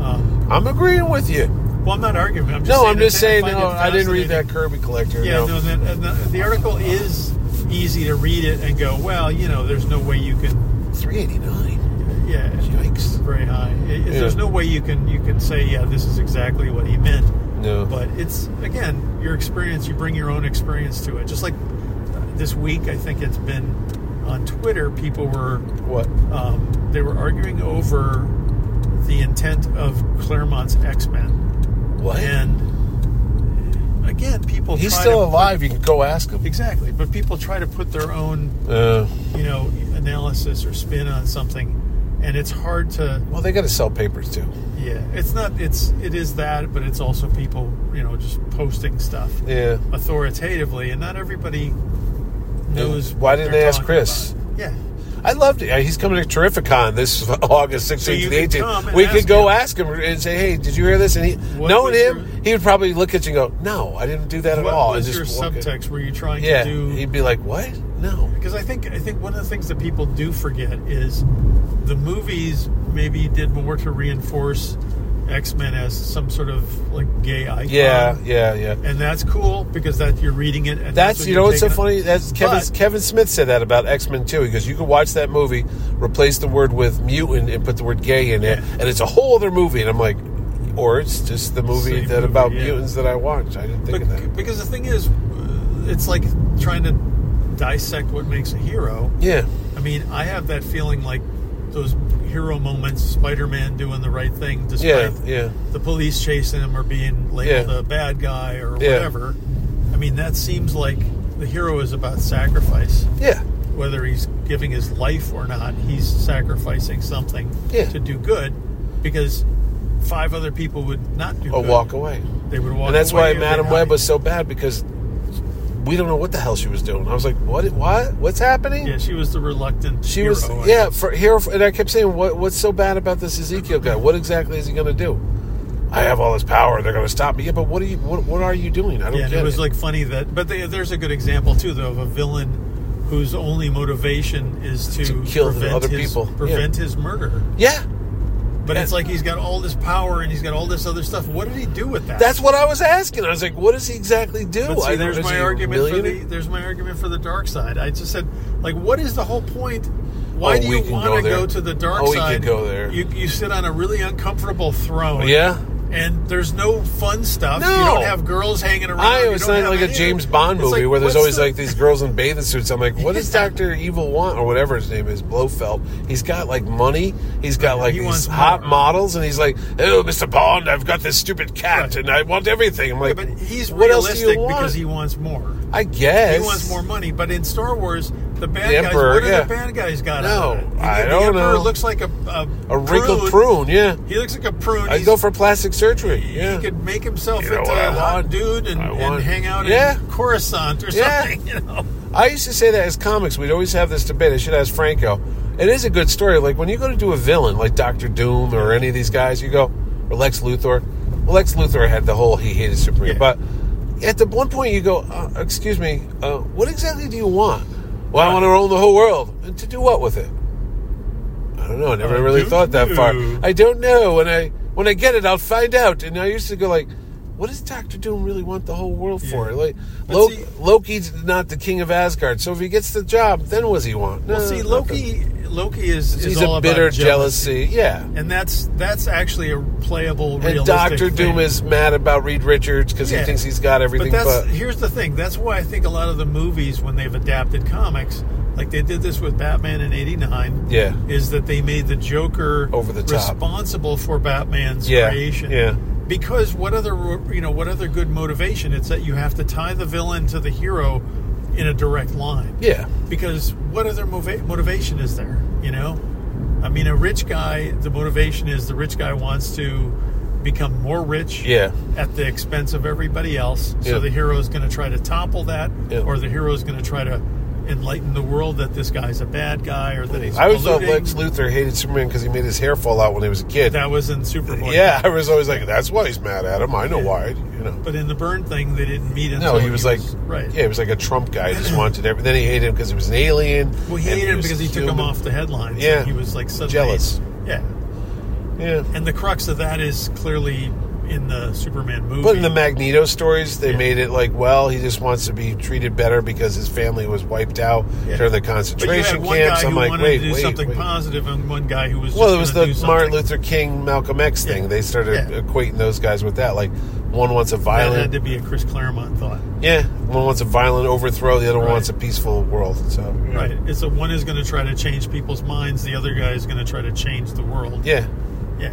Um,
I'm agreeing with you.
well, I'm not arguing. I'm just
No,
saying
I'm
that
just
I
saying.
find
No,
it
I didn't read
fascinating.
that Kirby collector.
Yeah,
no.
no, the, and the, the article is easy to read it and go, well, you know, there's no way you can,
389.
yeah,
Yikes.
very high. It- it- There's
Yeah.
no way you can you can say, yeah, this is exactly what he meant.
No.
But it's again your experience. You bring your own experience to it. Just like uh, this week, I think it's been on Twitter. People were
What?
um, they were arguing over the intent of Claremont's X Men,
What?
and again, people
He's
try
still
to-
alive. You can go ask him.
Exactly, but people try to put their own,
Uh,
you know, analysis or spin on something, and it's hard to.
well, they got to sell papers too.
Yeah, it's not. It's it is that, but it's also people, you know, just posting stuff
Yeah.
authoritatively, and not everybody knows.
Why
what
didn't
they're
they ask
talking
Chris?
about. Yeah,
I loved it. He's coming to Terrificon this August 16th
you
and
could come
18th.
and
We could
ask
go
him.
ask him and say, hey, did you hear this? And he,
What
knowing
was
him,
your-
he would probably look at you and go, no, I didn't do that at
what
all. I
was
just
your
walk in."
subtext? Were you trying
Yeah.
to do?
He'd be like, what? No.
Because I think I think one of the things that people do forget is the movies maybe did more to reinforce X Men as some sort of like gay icon.
Yeah, yeah, yeah.
and that's cool because that you're reading it. And
That's
what
you
you're
know what's so
taking-
funny. That's Kevin
But-
Kevin Smith said that about X Men too. He goes, you could watch that movie, replace the word with mutant, and put the word gay in it,
Yeah.
and it's a whole other movie. And I'm like, or it's just the movie
Same
that
movie,
about
yeah.
mutants that I watched. I didn't think
Bec-
of that.
Because the thing is, uh, it's like trying to dissect what makes a hero.
Yeah.
I mean, I have that feeling like those hero moments, Spider-Man doing the right thing despite
Yeah. Yeah.
the police chasing him or being labeled
Yeah.
a bad guy or
Yeah.
whatever. I mean, that seems like the hero is about sacrifice.
Yeah.
Whether he's giving his life or not, he's sacrificing something
Yeah.
to do good because five other people would not do
Or
good.
walk away.
They would walk
And that's
away
why
or they'd
Madam
hide.
Web was so bad because we don't know what the hell she was doing. I was like, what? What? What's happening?
Yeah, she was the reluctant
She
hero,
was,
I
yeah,
guess.
for hero. And I kept saying, what, what's so bad about this Ezekiel guy? What exactly is he going to do? I have all this power. They're going to stop me. Yeah, but what are you? What, what are you doing? I don't
Yeah, and
get
it was like funny that, but they, there's a good example too, though, of a villain whose only motivation is to,
To kill the
prevent
other
his,
people. Yeah.
prevent his murder.
yeah,
But it's like he's got all this power and he's got all this other stuff. What did he do with that?
that's what I was asking. I was like, what does he exactly do?
But see,
I,
there's
is he
my
a
argument for the
millionaire?
there's my argument for the dark side. I just said, like, what is the whole point? Why
Oh,
do
we
you
can
want
go
to
there.
go to the dark
Oh, we
side?
could go there.
You, you sit on a really uncomfortable throne.
Yeah.
And there's no fun stuff. You
No.
don't have girls hanging around.
I
You
always
don't
think
have
like a
anything.
James Bond
It's
movie where there's
what's
always
the-
like these girls in bathing suits. I'm like, what does
Yeah.
Doctor Evil want or whatever his name is, Blofeld? He's got like money. He's got like
He
these
wants
hot
more.
models, and he's like, oh, Mister Bond, I've got this stupid cat,
Right.
and I want everything. I'm like,
But he's
what else do
realistic
you want?
because he wants more.
I guess
He wants more money, but in Star Wars, the bad
The
guys.
Emperor,
what do
yeah.
the bad guys got?
No,
out of it?
I
the
don't
Emperor
know.
Looks like a a,
a wrinkled prune. Yeah,
He looks like a prune.
I
He's-
go for plastic surgery.
He
Yeah,
could make himself
You know
into
what I
a hot
want?
dude and,
I
and
want-
hang out
Yeah.
in Coruscant or
Yeah.
something. You know,
I used to say that as comics, we'd always have this debate. I should ask Franco. It is a good story. Like when you go to do a villain, like Doctor Doom or any of these guys, you go or Lex Luthor. Well, Lex Luthor had the whole he hated Superman,
Yeah.
but at the one point you go, uh, "Excuse me, uh, what exactly do you want?" Well, I want to own the whole world. And to do what with it? I don't know. I never
I
really
don't
thought that far.
know.
I don't know. When I when I get it, I'll find out. And I used to go like, "What does Doctor Doom really want the whole world for?"
Yeah.
Like,
But
Loki,
see-
Loki's not the king of Asgard, so if he gets the job, then what does he want? No,
well, see,
nothing.
Loki. Loki is, is
He's
all
a bitter
about jealousy.
jealousy. Yeah.
and that's that's actually a playable.
And
realistic
Doctor Doom
thing.
is mad about Reed Richards because
Yeah.
he thinks he's got everything.
But, that's,
But,
here's the thing. That's why I think a lot of the movies, when they've adapted comics, like they did this with Batman in '89,
Yeah.
is that they made the Joker
Over the top.
responsible for Batman's
Yeah,
creation.
yeah.
Because what other you know what other good motivation? It's that you have to tie the villain to the hero in a direct line.
yeah,
Because what other motiva- motivation is there? You know, I mean, a rich guy. The motivation is the rich guy wants to become more rich
yeah,
at the expense of everybody else. So
Yeah.
the hero is going to try to topple that,
Yeah.
or the hero is going to try to enlighten the world that this guy's a bad guy or that he's.
I always thought
polluting.
Lex Luthor hated Superman because he made his hair fall out when he was a kid.
That was in Superboy.
yeah, I was always like, that's why he's mad at him. I know
Yeah.
why. You know.
But in the burn thing, they didn't meet until
No, he was like,
right.
yeah, he was like a Trump guy. He just wanted everything. Then he hated him because he was an alien.
Well, he
and
hated him
was
because he took him
human.
off the headlines.
Yeah.
And he was like suddenly
Jealous.
Yeah,
Yeah.
and the crux of that is clearly in the Superman movie.
But in the Magneto stories, they
Yeah.
made it like, well, he just wants to be treated better because his family was wiped out
Yeah.
during the
But you had
concentration
one
camps.
guy
I'm
who
like,
wanted
wait,
to do
wait,
something
wait.
positive and one guy who was.
Well, it was
just
the
gonna do
Martin
something.
Luther King, Malcolm X thing.
Yeah.
They started
Yeah.
equating those guys with that. Like, one wants a
That had
violent,
to be a Chris Claremont thought.
yeah, one wants a violent overthrow. The other one
Right.
wants a peaceful world. So,
Right. It's a one is going to try to change people's minds. The other guy is going to try to change the world.
yeah.
Yeah.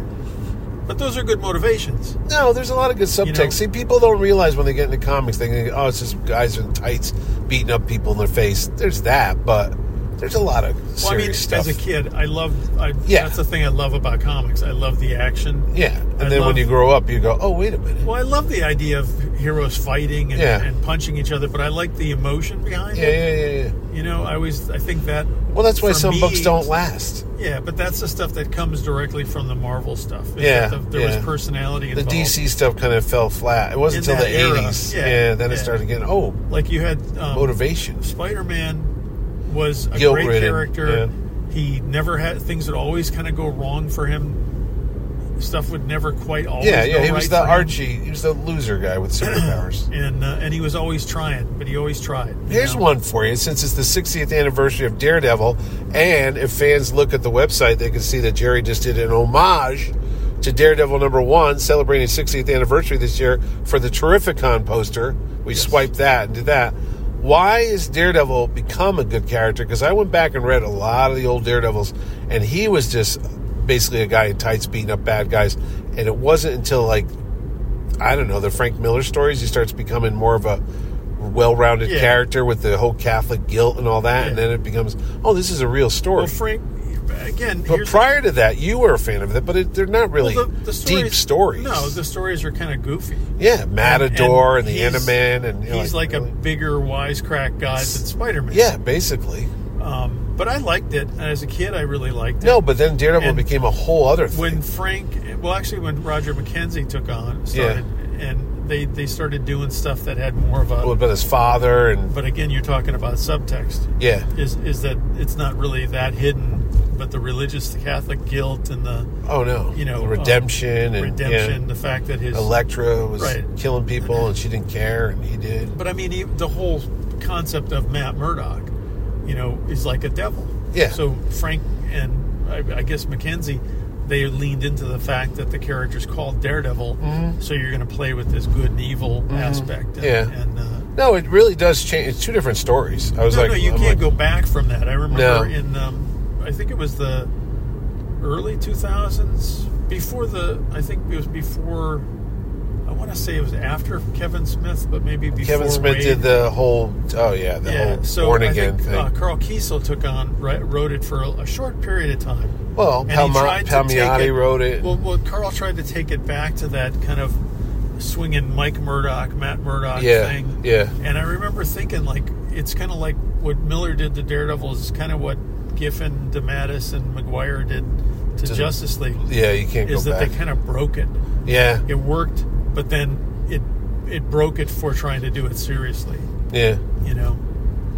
But those are good motivations.
No, there's a lot of good subtext.
know?
See, people don't realize when they get into comics, they think, oh, it's just guys in tights beating up people in their face. There's that, but there's a lot of serious
Well, I mean,
stuff.
as a kid, I love. I,
Yeah.
That's the thing I love about comics. I love the action.
Yeah, and
I
then
love-
when you grow up, you go, "Oh, wait a minute."
Well, I love the idea of heroes fighting and,
Yeah.
and punching each other, but I like the emotion behind
Yeah,
it.
yeah, yeah, yeah.
You know, I always I think that.
Well, that's why
for
some
me-
books don't last.
Yeah, but that's the stuff that comes directly from the Marvel stuff. Is
Yeah,
that the- there
yeah.
was personality.
The
Involved.
DC stuff kind of fell flat. It wasn't
In
until the
that era,
'80s. Yeah,
yeah,
then it
yeah.
started getting oh,
like you had um,
motivation.
Spider Man was a great
Guilt-ridden,
character. He never had things would always kind of go wrong for him. Stuff would never quite always.
Yeah, yeah.
go
He was
right
the
for him.
Archie. He was the loser guy with superpowers.
and uh, and he was always trying, but he always tried. you
Here's
know?
one for you. Since it's the 60th anniversary of Daredevil, and if fans look at the website, they can see that Jerry just did an homage to Daredevil number one, celebrating 60th anniversary this year for the Terrificon poster. We swiped that and did that. why is Daredevil become a good character? Because I went back and read a lot of the old Daredevils, and he was just basically a guy in tights beating up bad guys. And it wasn't until like I don't know the Frank Miller stories he starts becoming more of a well-rounded
Yeah.
character with the whole Catholic guilt and all that, and then it becomes oh, this is a real story.
Well, Frank, again,
but
here's the-
prior to that, you were a fan of it, but it, they're not really
well, the- the
deep stories.
No, the stories are kind of goofy.
yeah, Matador and, the
he's-
Enderman, and you're
he's like,
really?
a bigger wisecrack guy than Spider-Man.
yeah, basically.
Um, but I liked it and as a kid. I really liked it.
No, but then Daredevil
And
became a whole other thing.
when Frank, well, actually, when Roger McKenzie took on, started, and they they started doing stuff that had more of a.
about his father and
but again, you're talking about subtext.
yeah,
Is is that it's not really that hidden, but the religious, the Catholic guilt, and the
oh no,
you know
The
um,
redemption and
redemption, the fact that his
Yeah, Electra was
Right.
killing people and she didn't care, and he did.
But I mean, he, the whole concept of Matt Murdock, you know, is like a devil.
Yeah.
So Frank and I, I guess Mackenzie, they leaned into the fact that the character's called Daredevil, so you're going to play with this good and evil aspect. And,
Mm-hmm. Yeah.
And uh,
No, it really does change. It's two different stories. I was
no,
like,
no, you
I'm
can't
like,
go back from that. I remember
No.
in, um, I think it was the early 2000s, before the, I think it was before. I want to say it was after Kevin Smith, but maybe before
Kevin Smith
Wade.
did the whole. Oh yeah, the
Yeah,
whole
so
born
I
again
think
thing.
Uh, Carl Kiesel took on right, wrote it for a, a short period of time.
well,
And he
Palma,
tried to take
Palmiotti
it-
wrote it.
Well, well, Carl tried to take it back to that kind of swinging Mike Murdoch, Matt Murdoch
yeah,
thing.
yeah,
And I remember thinking, like, it's kind of like what Miller did to Daredevil is kind of what Giffen, DeMattis, and McGuire did to
To-
Justice League.
yeah. You can't
Is
go
that
back.
they kind of broke it?
yeah,
It worked, but then it it broke it for trying to do it seriously.
yeah.
You know?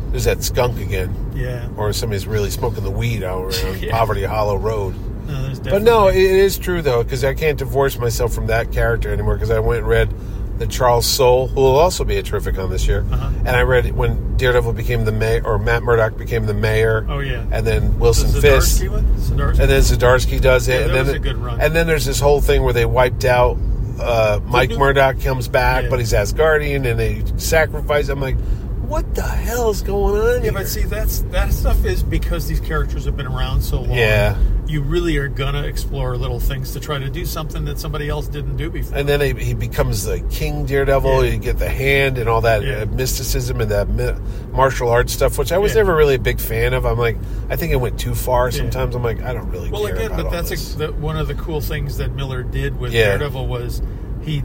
There's that skunk again,
Yeah.
or somebody's really smoking the weed out around
Yeah.
Poverty Hollow Road.
No, there's
But
definitely-
no, it is true though, because I can't divorce myself from that character anymore. Because I went and read the Charles Soule, who will also be a terrific on this year,
Uh-huh.
and I read it when Daredevil became the mayor, or Matt Murdock became the mayor.
Oh, yeah.
and then
The
Wilson Fisk,
Zdarsky one? Zdarsky?
and then Zdarsky does it,
Yeah,
and
that
then
was a good run.
and then there's this whole thing where they wiped out uh, Mike
new-
Murdock comes back,
Yeah.
but he's Asgardian, and they sacrifice. I'm like, what the hell is going on?
yeah,
here?
but see, that's that stuff is because these characters have been around so long.
Yeah.
you really are gonna explore little things to try to do something that somebody else didn't do before.
and then he, he becomes the king daredevil
Yeah.
you get the hand and all that
Yeah.
uh, mysticism and that mi- martial arts stuff which i was
Yeah.
never really a big fan of i'm like i think it went too far sometimes i'm like i don't really
well,
care
again,
about
but
all
that's
this.
a, the, one of the cool things that Miller did with
Yeah.
Daredevil was he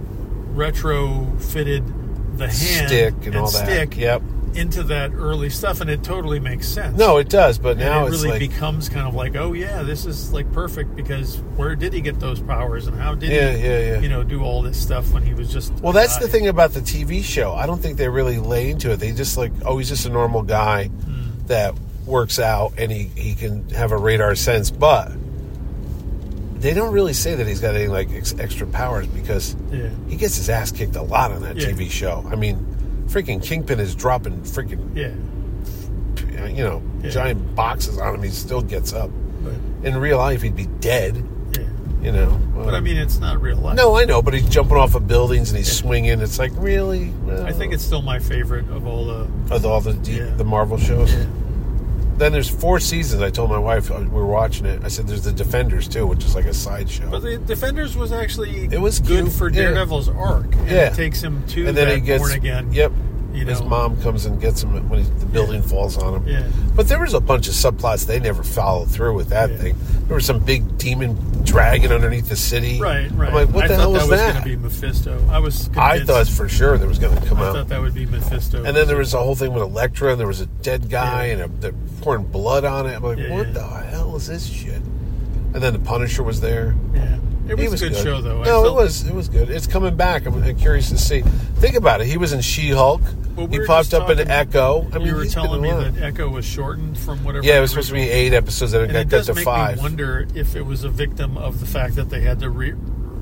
retrofitted the hand
stick and, all that
stick
yep
into that early stuff, and it totally makes sense.
no it does but now
and it
it's
really
like
becomes kind of like, oh yeah, this is like perfect because where did he get those powers and how did
Yeah,
he,
yeah, yeah.
you know, do all this stuff when he was just
well
a
that's the
guy?
thing about the tv show i don't think they really lay into it they just like oh he's just a normal guy
Hmm.
that works out and he, he can have a radar sense but they don't really say that he's got any like ex- extra powers because
Yeah,
he gets his ass kicked a lot on that
Yeah.
TV show. I mean, freaking Kingpin is dropping freaking
yeah,
you know
Yeah.
giant boxes on him. He still gets up.
but,
In real life, he'd be dead.
yeah.
You know.
But I mean, it's not real life.
no, I know, but he's jumping off of buildings and he's swinging. It's like really. Well,
I think it's still my favorite of all the.
of all the D-
Yeah.
the Marvel shows. Then there's four seasons. I told my wife uh, we were watching it. I said there's the Defenders too, which is like a sideshow.
But the Defenders was actually
It was
good
cute,
for
yeah.
Daredevil's arc. And
Yeah.
it takes him to
and then
that
he gets
born again.
Yep.
you
His
know.
mom comes and gets him when he, the building falls on him.
Yeah.
But there was a bunch of subplots they never followed through with that
Yeah.
thing. There was some big demon dragon underneath the city.
Right, right.
I'm like, what
I
the
thought
hell was
that?
that?
Was going to be Mephisto. I was. Convinced,
I thought for sure there was going to come
I
out.
thought that would be Mephisto.
and then there was a whole thing with Elektra, and there was a dead guy,
Yeah.
and a, they're pouring blood on it. I'm like,
Yeah,
what
yeah.
the hell is this shit? And then the Punisher was there.
yeah, it was,
He
a good, show though. I
No, it
felt-
was it was good. It's coming back. I'm, I'm curious to see. Think about it. He was in She Hulk.
Well, we
he
were
popped
just
up in
talking-
Echo. I mean,
you were
he's been
telling me
around.
that Echo was shortened from whatever.
Yeah, it
the
was supposed to be
original-
eight episodes, and it
And
got
it
cut
does
to
make
five.
me wonder if it was a victim of the fact that they had to re-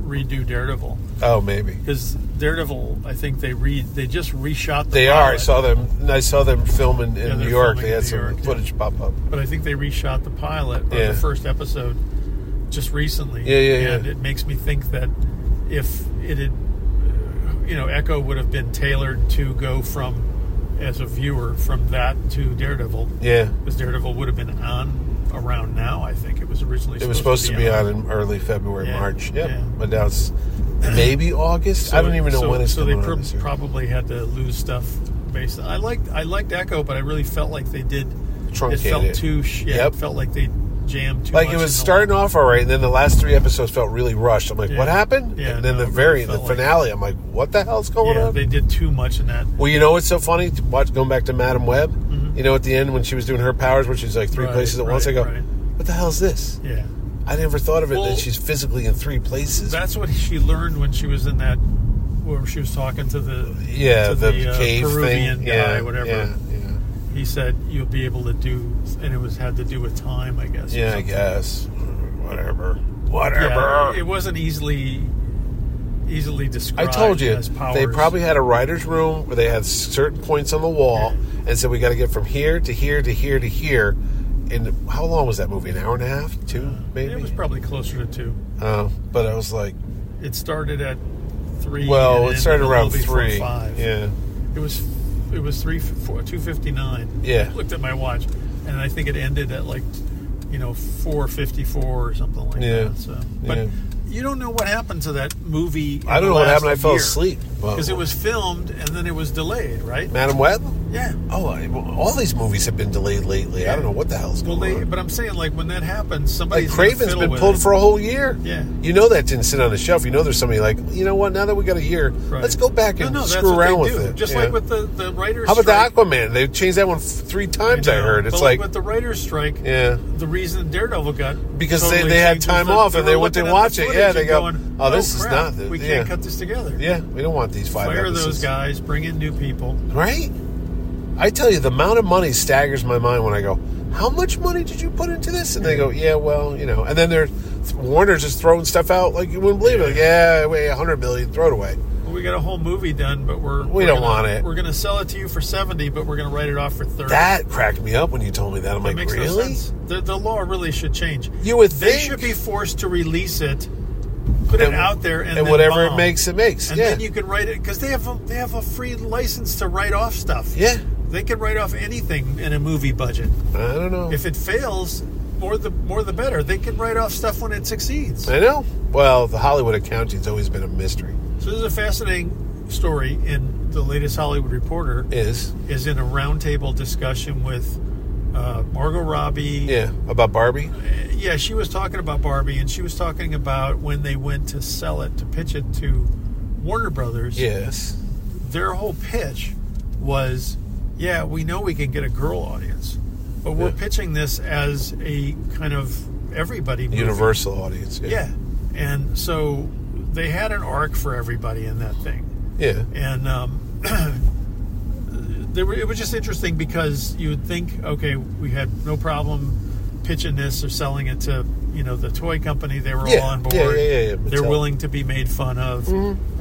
redo Daredevil
Oh, maybe
because Daredevil, I think they re they just reshot. The
they are. I
pilot,
saw them. I saw them filming in
Oh, Yeah,
New
they're
York.
filming
They
in
had
New
some
York, yeah.
footage pop up.
but I think they reshot the pilot or
Yeah.
the first episode just recently.
Yeah, yeah, yeah.
And it makes me think that if it had, uh, you know, Echo would have been tailored to go from as a viewer from that to Daredevil.
Yeah.
Because Daredevil would have been on around now. I think it was originally.
It was supposed to be
on.
out in early February,
Yeah,
March.
yeah.
Yeah, but now it's maybe August. I don't even know
so,
when it's
So
coming
they
out
prob-
this year.
probably had to lose stuff based. I liked I liked Echo, but I really felt like they did.
Truncated
It felt
it.
too. sh- Yeah,
Yep.
it felt like they jammed too.
like
much
it
in
was
the-
starting off all right, and then the last three episodes felt really rushed. I'm like,
Yeah.
what happened?
Yeah,
and then
no,
the
it
very
felt
the
like-
finale, I'm like, what the hell's going
Yeah,
on?
they did too much in that.
well, you know what's so funny? To watch going back to Madam Web. You know, at the end when she was doing her powers, when she's like three
Mm-hmm. Right,
places at once, I
right,
go,
right.
what the hell's this?
Yeah,
I never thought of it
Well-
that she's physically in three places.
that's what she learned when she was in that. Where she was talking to the
yeah,
to
the,
uh,
cave
Peruvian
thing,
guy,
yeah,
whatever.
Yeah, yeah.
He said you'll be able to do, and it was had to do with time, I guess. or
Yeah, I
something.
guess. Whatever. Whatever.
Yeah, it wasn't easily easily
I
described.
told you
as powers.
they probably had a writer's room where they had certain points on the wall and said we got to get from here to here to here to here. And how long was that movie? An hour and a half, two, maybe.
It was probably closer to two.
Uh, but I was like,
It started at three. and
well, it
ended
started
a
around
little before
three.
Five.
Yeah,
It was it was three four two fifty nine.
Yeah.
I looked at my watch, and I think it ended at like you know four fifty four or something like
Yeah.
that. So, but
Yeah.
you don't know what happened to that movie.
I don't know what happened. I fell asleep. but-
because it was filmed and then it was delayed, right?
Madam Web.
Yeah.
Oh, I, well, all these movies have been delayed lately. I don't know what the hell's
Well,
going
they,
on.
but I'm saying like when that happens,
Like
somebody's gonna
Craven's
fiddle
been
with
pulled
it.
for a whole year.
Yeah.
you know that didn't sit on the shelf. You know there's somebody like, you know what? Now that we got a year,
Right.
let's go back
No,
and
no, that's
screw
what they
around with
do.
it.
Just
Yeah.
like with the the writers.
How about
strike,
the Aquaman? They've changed that one f- three times. I,
know,
heard it's
but
like,
with the writers' strike.
yeah,
The reason Daredevil got
Because they-
totally
they had
changed
time
was that
off and they
were
went to
looking at the
watch it.
footage
Yeah, they
and
go,
going,
"Oh, this is
crap,
not the-
We
yeah.
can't cut this together.
yeah. We don't want these five.
Fire
episodes.
those guys. Bring in new people.
right? I tell you, the amount of money staggers my mind when I go, "How much money did you put into this?" And they go, "Yeah, well, you know." And then they're Warner's just throwing stuff out like you wouldn't believe it. Like, yeah, wait, a hundred million, throw it away.
Well, we got a whole movie done, but we're we
don't want it.
We're gonna sell it to you for seventy, but we're gonna write it off for thirty.
That cracked me up when you told me that. I'm
That
like,
makes no
really?
sense. The, the law really should change.
You would
they
think.
should be forced to release it, put it
And-
out there, and,
and
then
whatever it
bomb.
makes, it makes.
And
Yeah.
then you can write it because they have a, they have a free license to write off stuff.
Yeah.
they can write off anything in a movie budget.
I don't know.
If it fails, more the more the better. They can write off stuff when it succeeds.
I know. Well, the Hollywood accounting's always been a mystery.
So there's a fascinating story in the latest Hollywood Reporter
Is
is in a roundtable discussion with uh, Margot Robbie.
yeah about Barbie.
yeah, she was talking about Barbie, and she was talking about when they went to sell it to pitch it to Warner Brothers.
Yes.
their whole pitch was, yeah, we know we can get a girl audience, but we're
Yeah.
pitching this as a kind of everybody movie.
Universal audience.
Yeah, and so they had an arc for everybody in that thing
Yeah.
and um, they were, it was just interesting because you would think, okay, we had no problem pitching this or selling it to you know the toy company. They were
Yeah,
all on board.
yeah, yeah, yeah, yeah,
They're
Mattel. Mm-hmm.
willing to be made fun of,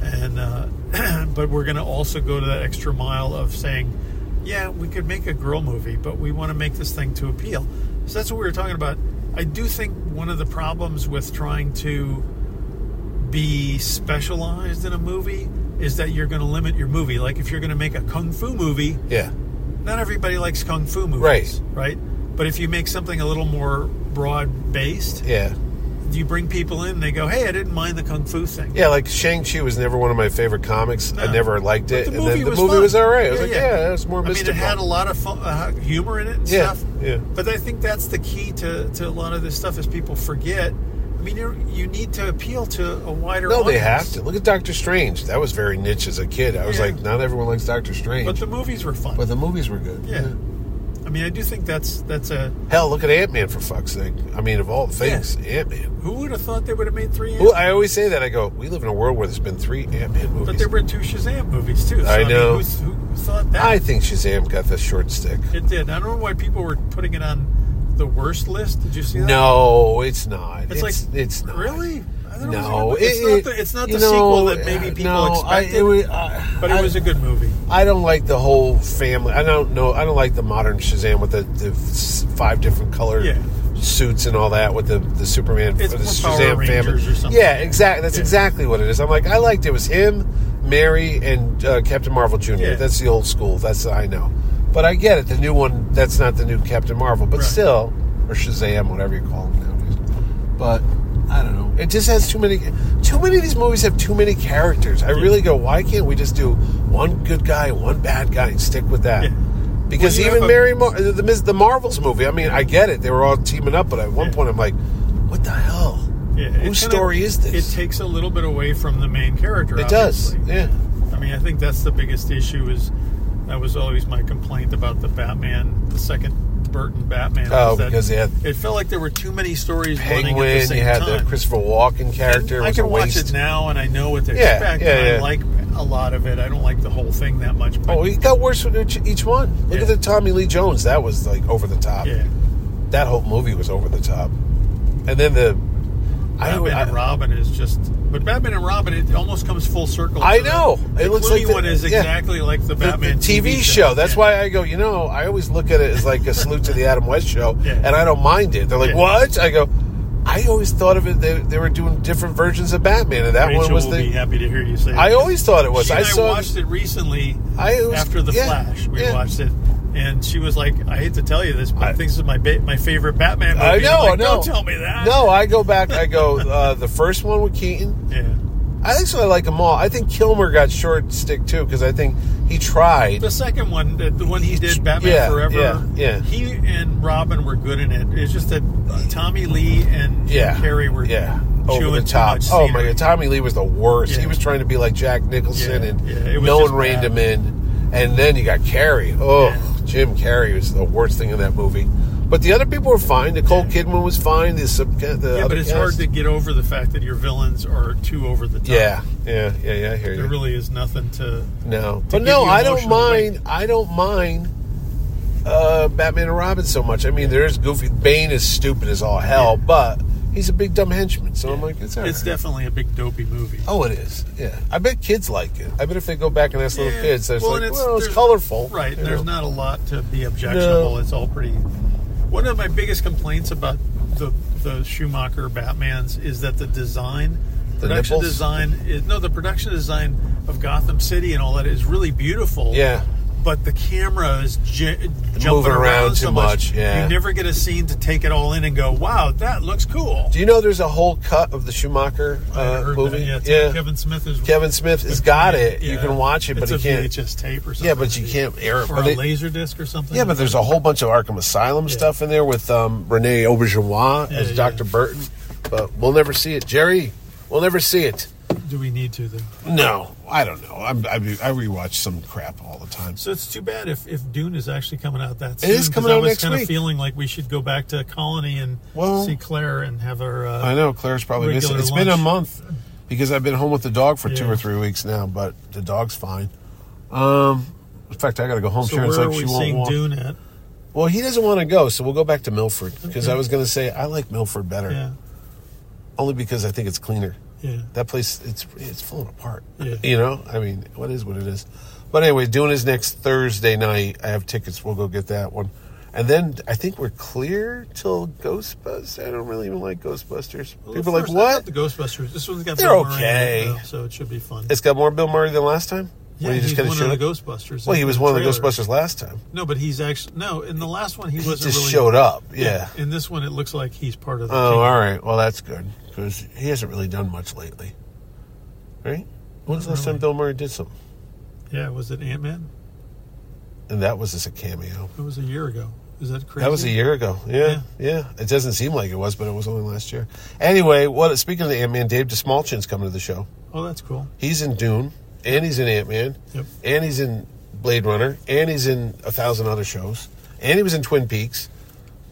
and uh, but we're going to also go to that extra mile of saying, yeah, we could make a girl movie, but we want to make this thing to appeal. So that's what we were talking about. I do think one of the problems with trying to be specialized in a movie is that you're going to limit your movie. Like if you're going to make a kung fu movie,
Yeah.
not everybody likes kung fu
Right.
movies, Right. But if you make something a little more broad based,
Yeah.
you bring people in. They go, "Hey, I didn't mind the kung fu thing."
Yeah, like Shang Chi was never one of my favorite comics. I
No.
never liked it,
The
and then the movie
fun.
was all right. I was like, yeah, it was more
I mean,
mystical.
it had a lot of fun, uh, humor in it and
Yeah,
stuff.
yeah.
But I think that's the key to, to a lot of this stuff is people forget. I mean, you're, you need to appeal to a wider
no, they
audience.
have to. Look at Doctor Strange. That was very niche as a kid. I was
Yeah.
like, not everyone likes Doctor Strange,
But the movies were fun.
But the movies were good.
Yeah. I mean, I do think that's that's a.
Hell, look at Ant Man for fuck's sake. I mean, of all things, Ant Man.
Who would have thought they would have made three? Ant-
Well, I always say that. I go, we live in a world where there's been three Ant Man movies.
but there were two Shazam movies too. So,
I
mean,
know.
who's- who, who thought that?
I think Shazam got the short stick.
it did. I don't know why people were putting it on the worst list. Did you see that?
No, it's not. It's,
It's,
it's not.
like really. I thought it was a
No,
good- it's
it-
not
it-
the, it's not
you
the sequel
know, uh,
that maybe people
no, I-
expected.
it was- I-
but it
I-
was a good movie.
I don't like the whole family. I don't know. I don't like the modern Shazam with the, the s- five different color
Yeah.
suits and all that with the the Superman
It's
or the
more Power
Shazam family.
Rangers or something.
Yeah, exactly. That's
Yeah.
exactly what it is. I'm like, I liked it was him. Mary and uh, Captain Marvel Jr.
Yeah.
That's the old school. That's I know. But I get it. The new one, that's not the new Captain Marvel, but
Right.
still, or Shazam, whatever you call them nowadays. But I don't know. It just has too many. Too many of these movies have too many characters. I really go, why can't we just do one good guy, one bad guy, and stick with that?
Yeah.
Because
Well, you
even
have a-
Mary, Mar- the Ms- the Marvels movie. I mean, I get it; they were all teaming up, but at one
Yeah.
point, I'm like, what the hell?
Yeah, it
Whose
kinda-
story is this?
It takes a little bit away from the main character.
It does.
obviously.
Yeah.
I mean, I think that's the biggest issue. Is that was always my complaint about the Batman, the second Burton Batman.
Oh,
was that
because they had-
it felt like there were too many stories running at the
Penguin.
same
You had
time.
the Christopher Walken character.
I
was
can
a
watch
waste.
it now, and I know what to
Yeah,
expect.
yeah,
and
yeah.
I like a lot of it. I don't like the whole thing that much. But
Oh, it got worse with each, each one. Look
Yeah.
at the Tommy Lee Jones. That was like over the top.
yeah,
That whole movie was over the top. And then the I don't
Batman and
I,
Robin is just. But Batman and Robin, it almost comes full circle.
I
to the-
know.
The
It looks
Clooney
like the-
one is
yeah.
exactly like the
the, the
Batman
TV show. That's
Yeah.
why I go. You know, I always look at it as like a salute to the Adam West show,
Yeah.
and I don't mind it. They're like,
Yeah.
what? I go. I always thought of it. They, they were doing different versions of Batman, and that
Rachel
one was
will
the.
be happy to hear you say.
I
that.
always thought it was.
She
I
and
saw.
watched it recently
I always-
after the
yeah,
Flash. We
yeah.
watched it, and she was like, "I hate to tell you this, but I, think this is my ba- my favorite Batman movie."
I know.
I'm like,
no.
Don't tell me that.
No, I go back. I go uh, the first one with Keaton.
Yeah.
I actually like them all. I think Kilmer got short stick too because I think he tried.
The second one, the, the one he did, Batman
Yeah,
Forever.
yeah, yeah.
He and Robin were good in it. It's just that Tommy Lee and Jim
Yeah,
Carrey were
yeah
chewing
over the
too
top.
much
Oh my
scenery.
god, Tommy Lee was the worst.
Yeah.
He was trying to be like Jack Nicholson,
Yeah,
and
yeah, it was
no one
just
reined
bad.
him in. And then you got Carrey. Oh,
Yeah.
Jim Carrey was the worst thing in that movie. But the other people were fine. Nicole Kidman was fine. The, sub- the
Yeah,
other
but it's
cast-
hard to get over the fact that your villains are too over the top.
Yeah, yeah, yeah, yeah. I hear you.
There really is nothing to
No, but
give
no,
you
I don't
emotional weight.
mind. I don't mind uh, Batman and Robin so much. I mean, there is goofy. Bane is stupid as all hell, but he's a big dumb henchman. So I'm like, it's all
It's
right.
definitely a big dopey movie.
Oh, it is. Yeah, I bet kids like it. I bet if they go back and ask little
Yeah.
kids, they're just
and
like, well, it's
there's-
colorful,
Right.
you
There's
know?
not a lot to be objectionable. It's all pretty. One of my biggest complaints about the the Schumacher Batman's is that the design,
The
production
nipples?
design is no, the production design of Gotham City and all that is really beautiful.
Yeah.
But the camera is j- jumping
around
so
too much, yeah.
You never get a scene to take it all in and go, "Wow, that looks cool."
Do you know there's a whole cut of the Schumacher
I
uh,
heard that.
movie?
Yeah, it's- Kevin Smith is
Kevin Smith has got it. You
Yeah.
can watch it, but
it's
he
a
can't.
VHS tape or something.
Yeah, but you can't air it.
Or
But
a
they-
laser disc or something.
Yeah, but there's a whole bunch of Arkham Asylum stuff in there with um, Renee Auberjonois
Yeah,
as
yeah.
Dr. Burton, but we'll never see it. Jerry, we'll never see it.
do we need to though?
No, I don't know. I'm, I, re- I rewatch some crap all the time.
So it's too bad if, if Dune is actually coming out that soon.
is
'cause
coming
I
out
was
next
kinda
week.
feeling like we should go back to Colony and
Well-
see Claire and have her. Uh,
I know Claire's probably missing.
Regular
It's been a
lunch.
month because I've been home with the dog for two
Yeah.
or three weeks now, but the dog's fine. Um, in fact, I got to go home.
so
Sharon's
where are
like she
we
won't
seeing
walk.
Dune at?
Well, he doesn't want to go, so we'll go back to Milford because I was going to say I like Milford better,
Yeah,
only because I think it's cleaner.
yeah.
that place it's it's falling apart.
Yeah.
You know, I mean, what is what it is. But anyway, doing is next Thursday night. I have tickets. We'll go get that one, and then I think we're clear till Ghostbusters. I don't really even like Ghostbusters.
Well,
People
the
are like
first one got
what?
The Ghostbusters. This one's got
They're
Bill Murray in it,
okay.
though, so it should be fun.
It's got more Bill Murray than last time.
yeah,
When he
he's
just kinda
one
showed
of the
up?
Ghostbusters.
Well,
in
he was
the
one of the
trailer.
Ghostbusters last time.
No, but he's actually no. In the last one, he,
He
wasn't
just
really,
showed up. Yeah.
In this one, it looks like he's part of the.
Oh,
team.
all right. Well, that's good because he hasn't really done much lately, right? When's the last time Bill Murray did something?
Yeah, was it Ant Man?
And that was just a cameo.
That was a year ago. Is that crazy?
That was a year ago. Yeah, yeah, It doesn't seem like it was, but it was only last year. Anyway, what? Speaking of the Ant Man, Dave DeSmallchin's coming to the show.
Oh, that's cool.
He's in Dune, and he's in Ant Man,
Yep.
and he's in Blade Runner, and he's in a thousand other shows, and he was in Twin Peaks.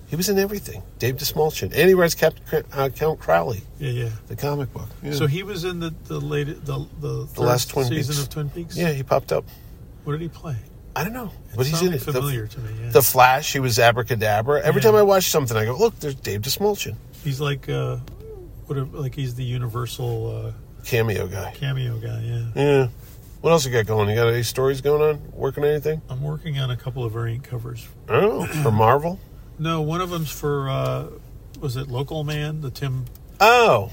He was in everything. Dave DeSmallchin, and he writes Captain Cr- uh, Count Crowley,
Yeah, yeah.
the comic book. Yeah.
So he was in the the late the the, third
last Twin
season
Peaks.
of Twin Peaks.
yeah, he popped up.
What did he play?
I don't know,
It
but he's in
sounded
it. The-
Familiar to me. Yeah.
The Flash, he was Abracadabra. Every
Yeah.
time I watch something, I go, "Look, there's Dave DeSmallchin,
he's like uh, what? if- like he's the Universal
cameo guy."
uh, cameo guy. Yeah.
Yeah. What else you got going? You got any stories going on? Working on anything?
I'm working on a couple of variant covers.
Oh, for Marvel.
No, one of them's for uh, was it Local Man? The Tim
Oh,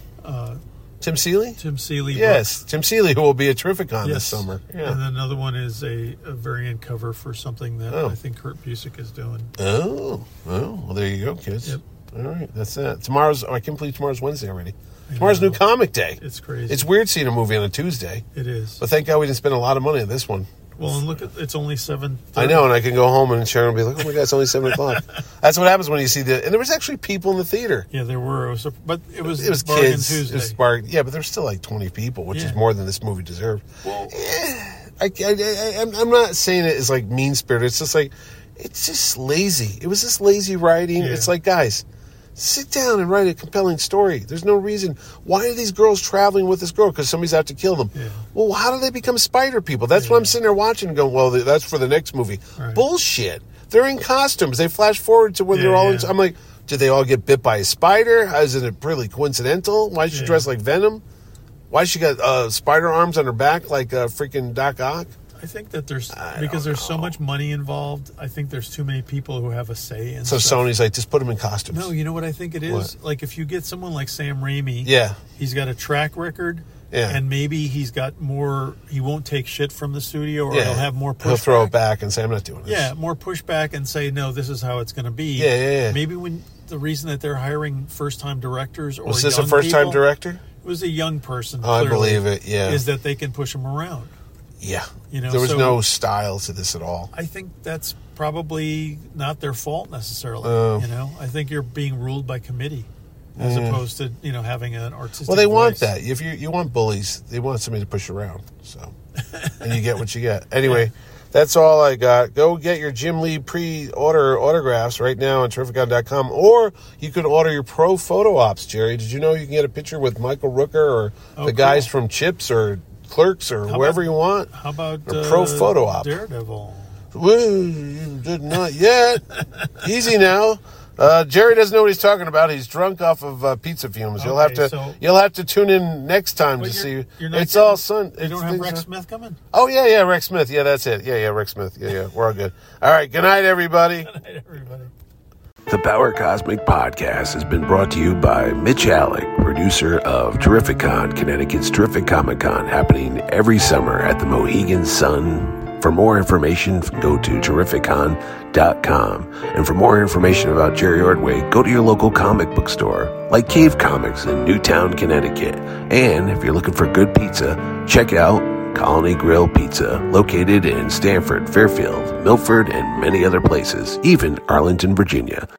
Tim Seeley?
Tim Seeley.
Yes, Tim Seeley, who will be a terrific on this summer.
And then another one is a, a variant cover for something that
Oh.
I think Kurt Busick is doing.
Oh, well, well, there you go, kids.
Yep.
All right, that's that. Tomorrow's, oh, I can't believe tomorrow's Wednesday already. Tomorrow's new comic day.
It's crazy.
It's weird seeing a movie on a Tuesday,
It is.
but thank God we didn't spend a lot of money on this one.
well, and look at it's only seven.
I know, and I can go home and Sharon will be like, oh my God, it's only 7 o'clock. That's what happens when you see the, and there was actually people in the theater.
Yeah, there were. It was a- but it was
It was
Bargain
kids.
Tuesday.
It was bargain. Yeah, but there's still like 20 people, which is
Yeah.
more than this movie deserved. Eh, I, I, I, I'm- I'm not saying it is like mean spirited. It's just like, it's just lazy. It was just lazy writing.
Yeah.
It's like, guys, sit down and write a compelling story. There's no reason. Why are these girls traveling with this girl? Because somebody's out to kill them.
Yeah.
Well, how do they become spider people? That's what I'm sitting there watching and going, well, th- that's for the next movie.
Right.
Bullshit. They're in costumes. They flash forward to where
Yeah,
they're all in.
yeah.
I'm like, did they all get bit by a spider? How Isn't it really coincidental? Why is she
Yeah.
dressed like Venom? Why she got uh, spider arms on her back like uh, freaking Doc Ock?
I think that there's because there's so much money involved. I think there's too many people who have a say in.
So
stuff.
Sony's like, just put them in costumes.
No, you know what I think it is. Like if you get someone like Sam Raimi,
Yeah.
he's got a track record,
Yeah.
and maybe he's got more. He won't take shit from the studio, or
yeah,
he'll have more. Pushback.
He'll throw it back and say, I'm not doing this.
Yeah, more pushback and say no. This is how it's going to be.
Yeah, yeah, yeah.
Maybe when the reason that they're hiring first time directors or
Was this a
young
first time
people-
director?
It was a young person.
I
clearly,
believe it, yeah.
is that they can push them around.
Yeah.
You know,
there was
so-
no style to this at all.
I think that's probably not their fault necessarily.
Oh.
you know, I think you're being ruled by committee as opposed to you know having an artistic.
Mm. Well, they want
voice.
that. If you you want bullies, they want somebody to push around. So, and you get what you get. Anyway, that's all I got. Go get your Jim Lee pre-order autographs right now on terrificon.com, or you could order your pro photo ops. Jerry, did you know you can get a picture with Michael Rooker or
Oh,
the guys
cool.
from Chips or Clerks or whoever you want?
How about uh,
Or pro photo op.
Daredevil?
Woo, you did not yet. Easy now. Uh, Jerry doesn't know what he's talking about. He's drunk off of uh, pizza fumes. You'll have
Okay,
to
so-
you'll have to tune in next time
But
to
you're-
see.
you're not
it's
getting-
all sun.
You
it's
don't have
things
Rex
are-
Smith coming.
Oh yeah, yeah, Rex Smith. Yeah, that's it. Yeah, yeah, Rex Smith. Yeah, yeah, we're all good. All right, good night, everybody.
Everybody.
The Power Cosmic Podcast has been brought to you by Mitch Alec, producer of Terrificon, Connecticut's Terrific Comic Con, happening every summer at the Mohegan Sun. For more information, go to terrificon.com. And for more information about Jerry Ordway, go to your local comic book store, like Cave Comics in Newtown, Connecticut. And if you're looking for good pizza, check out Colony Grill Pizza, located in Stamford, Fairfield, Milford, and many other places, even Arlington, Virginia.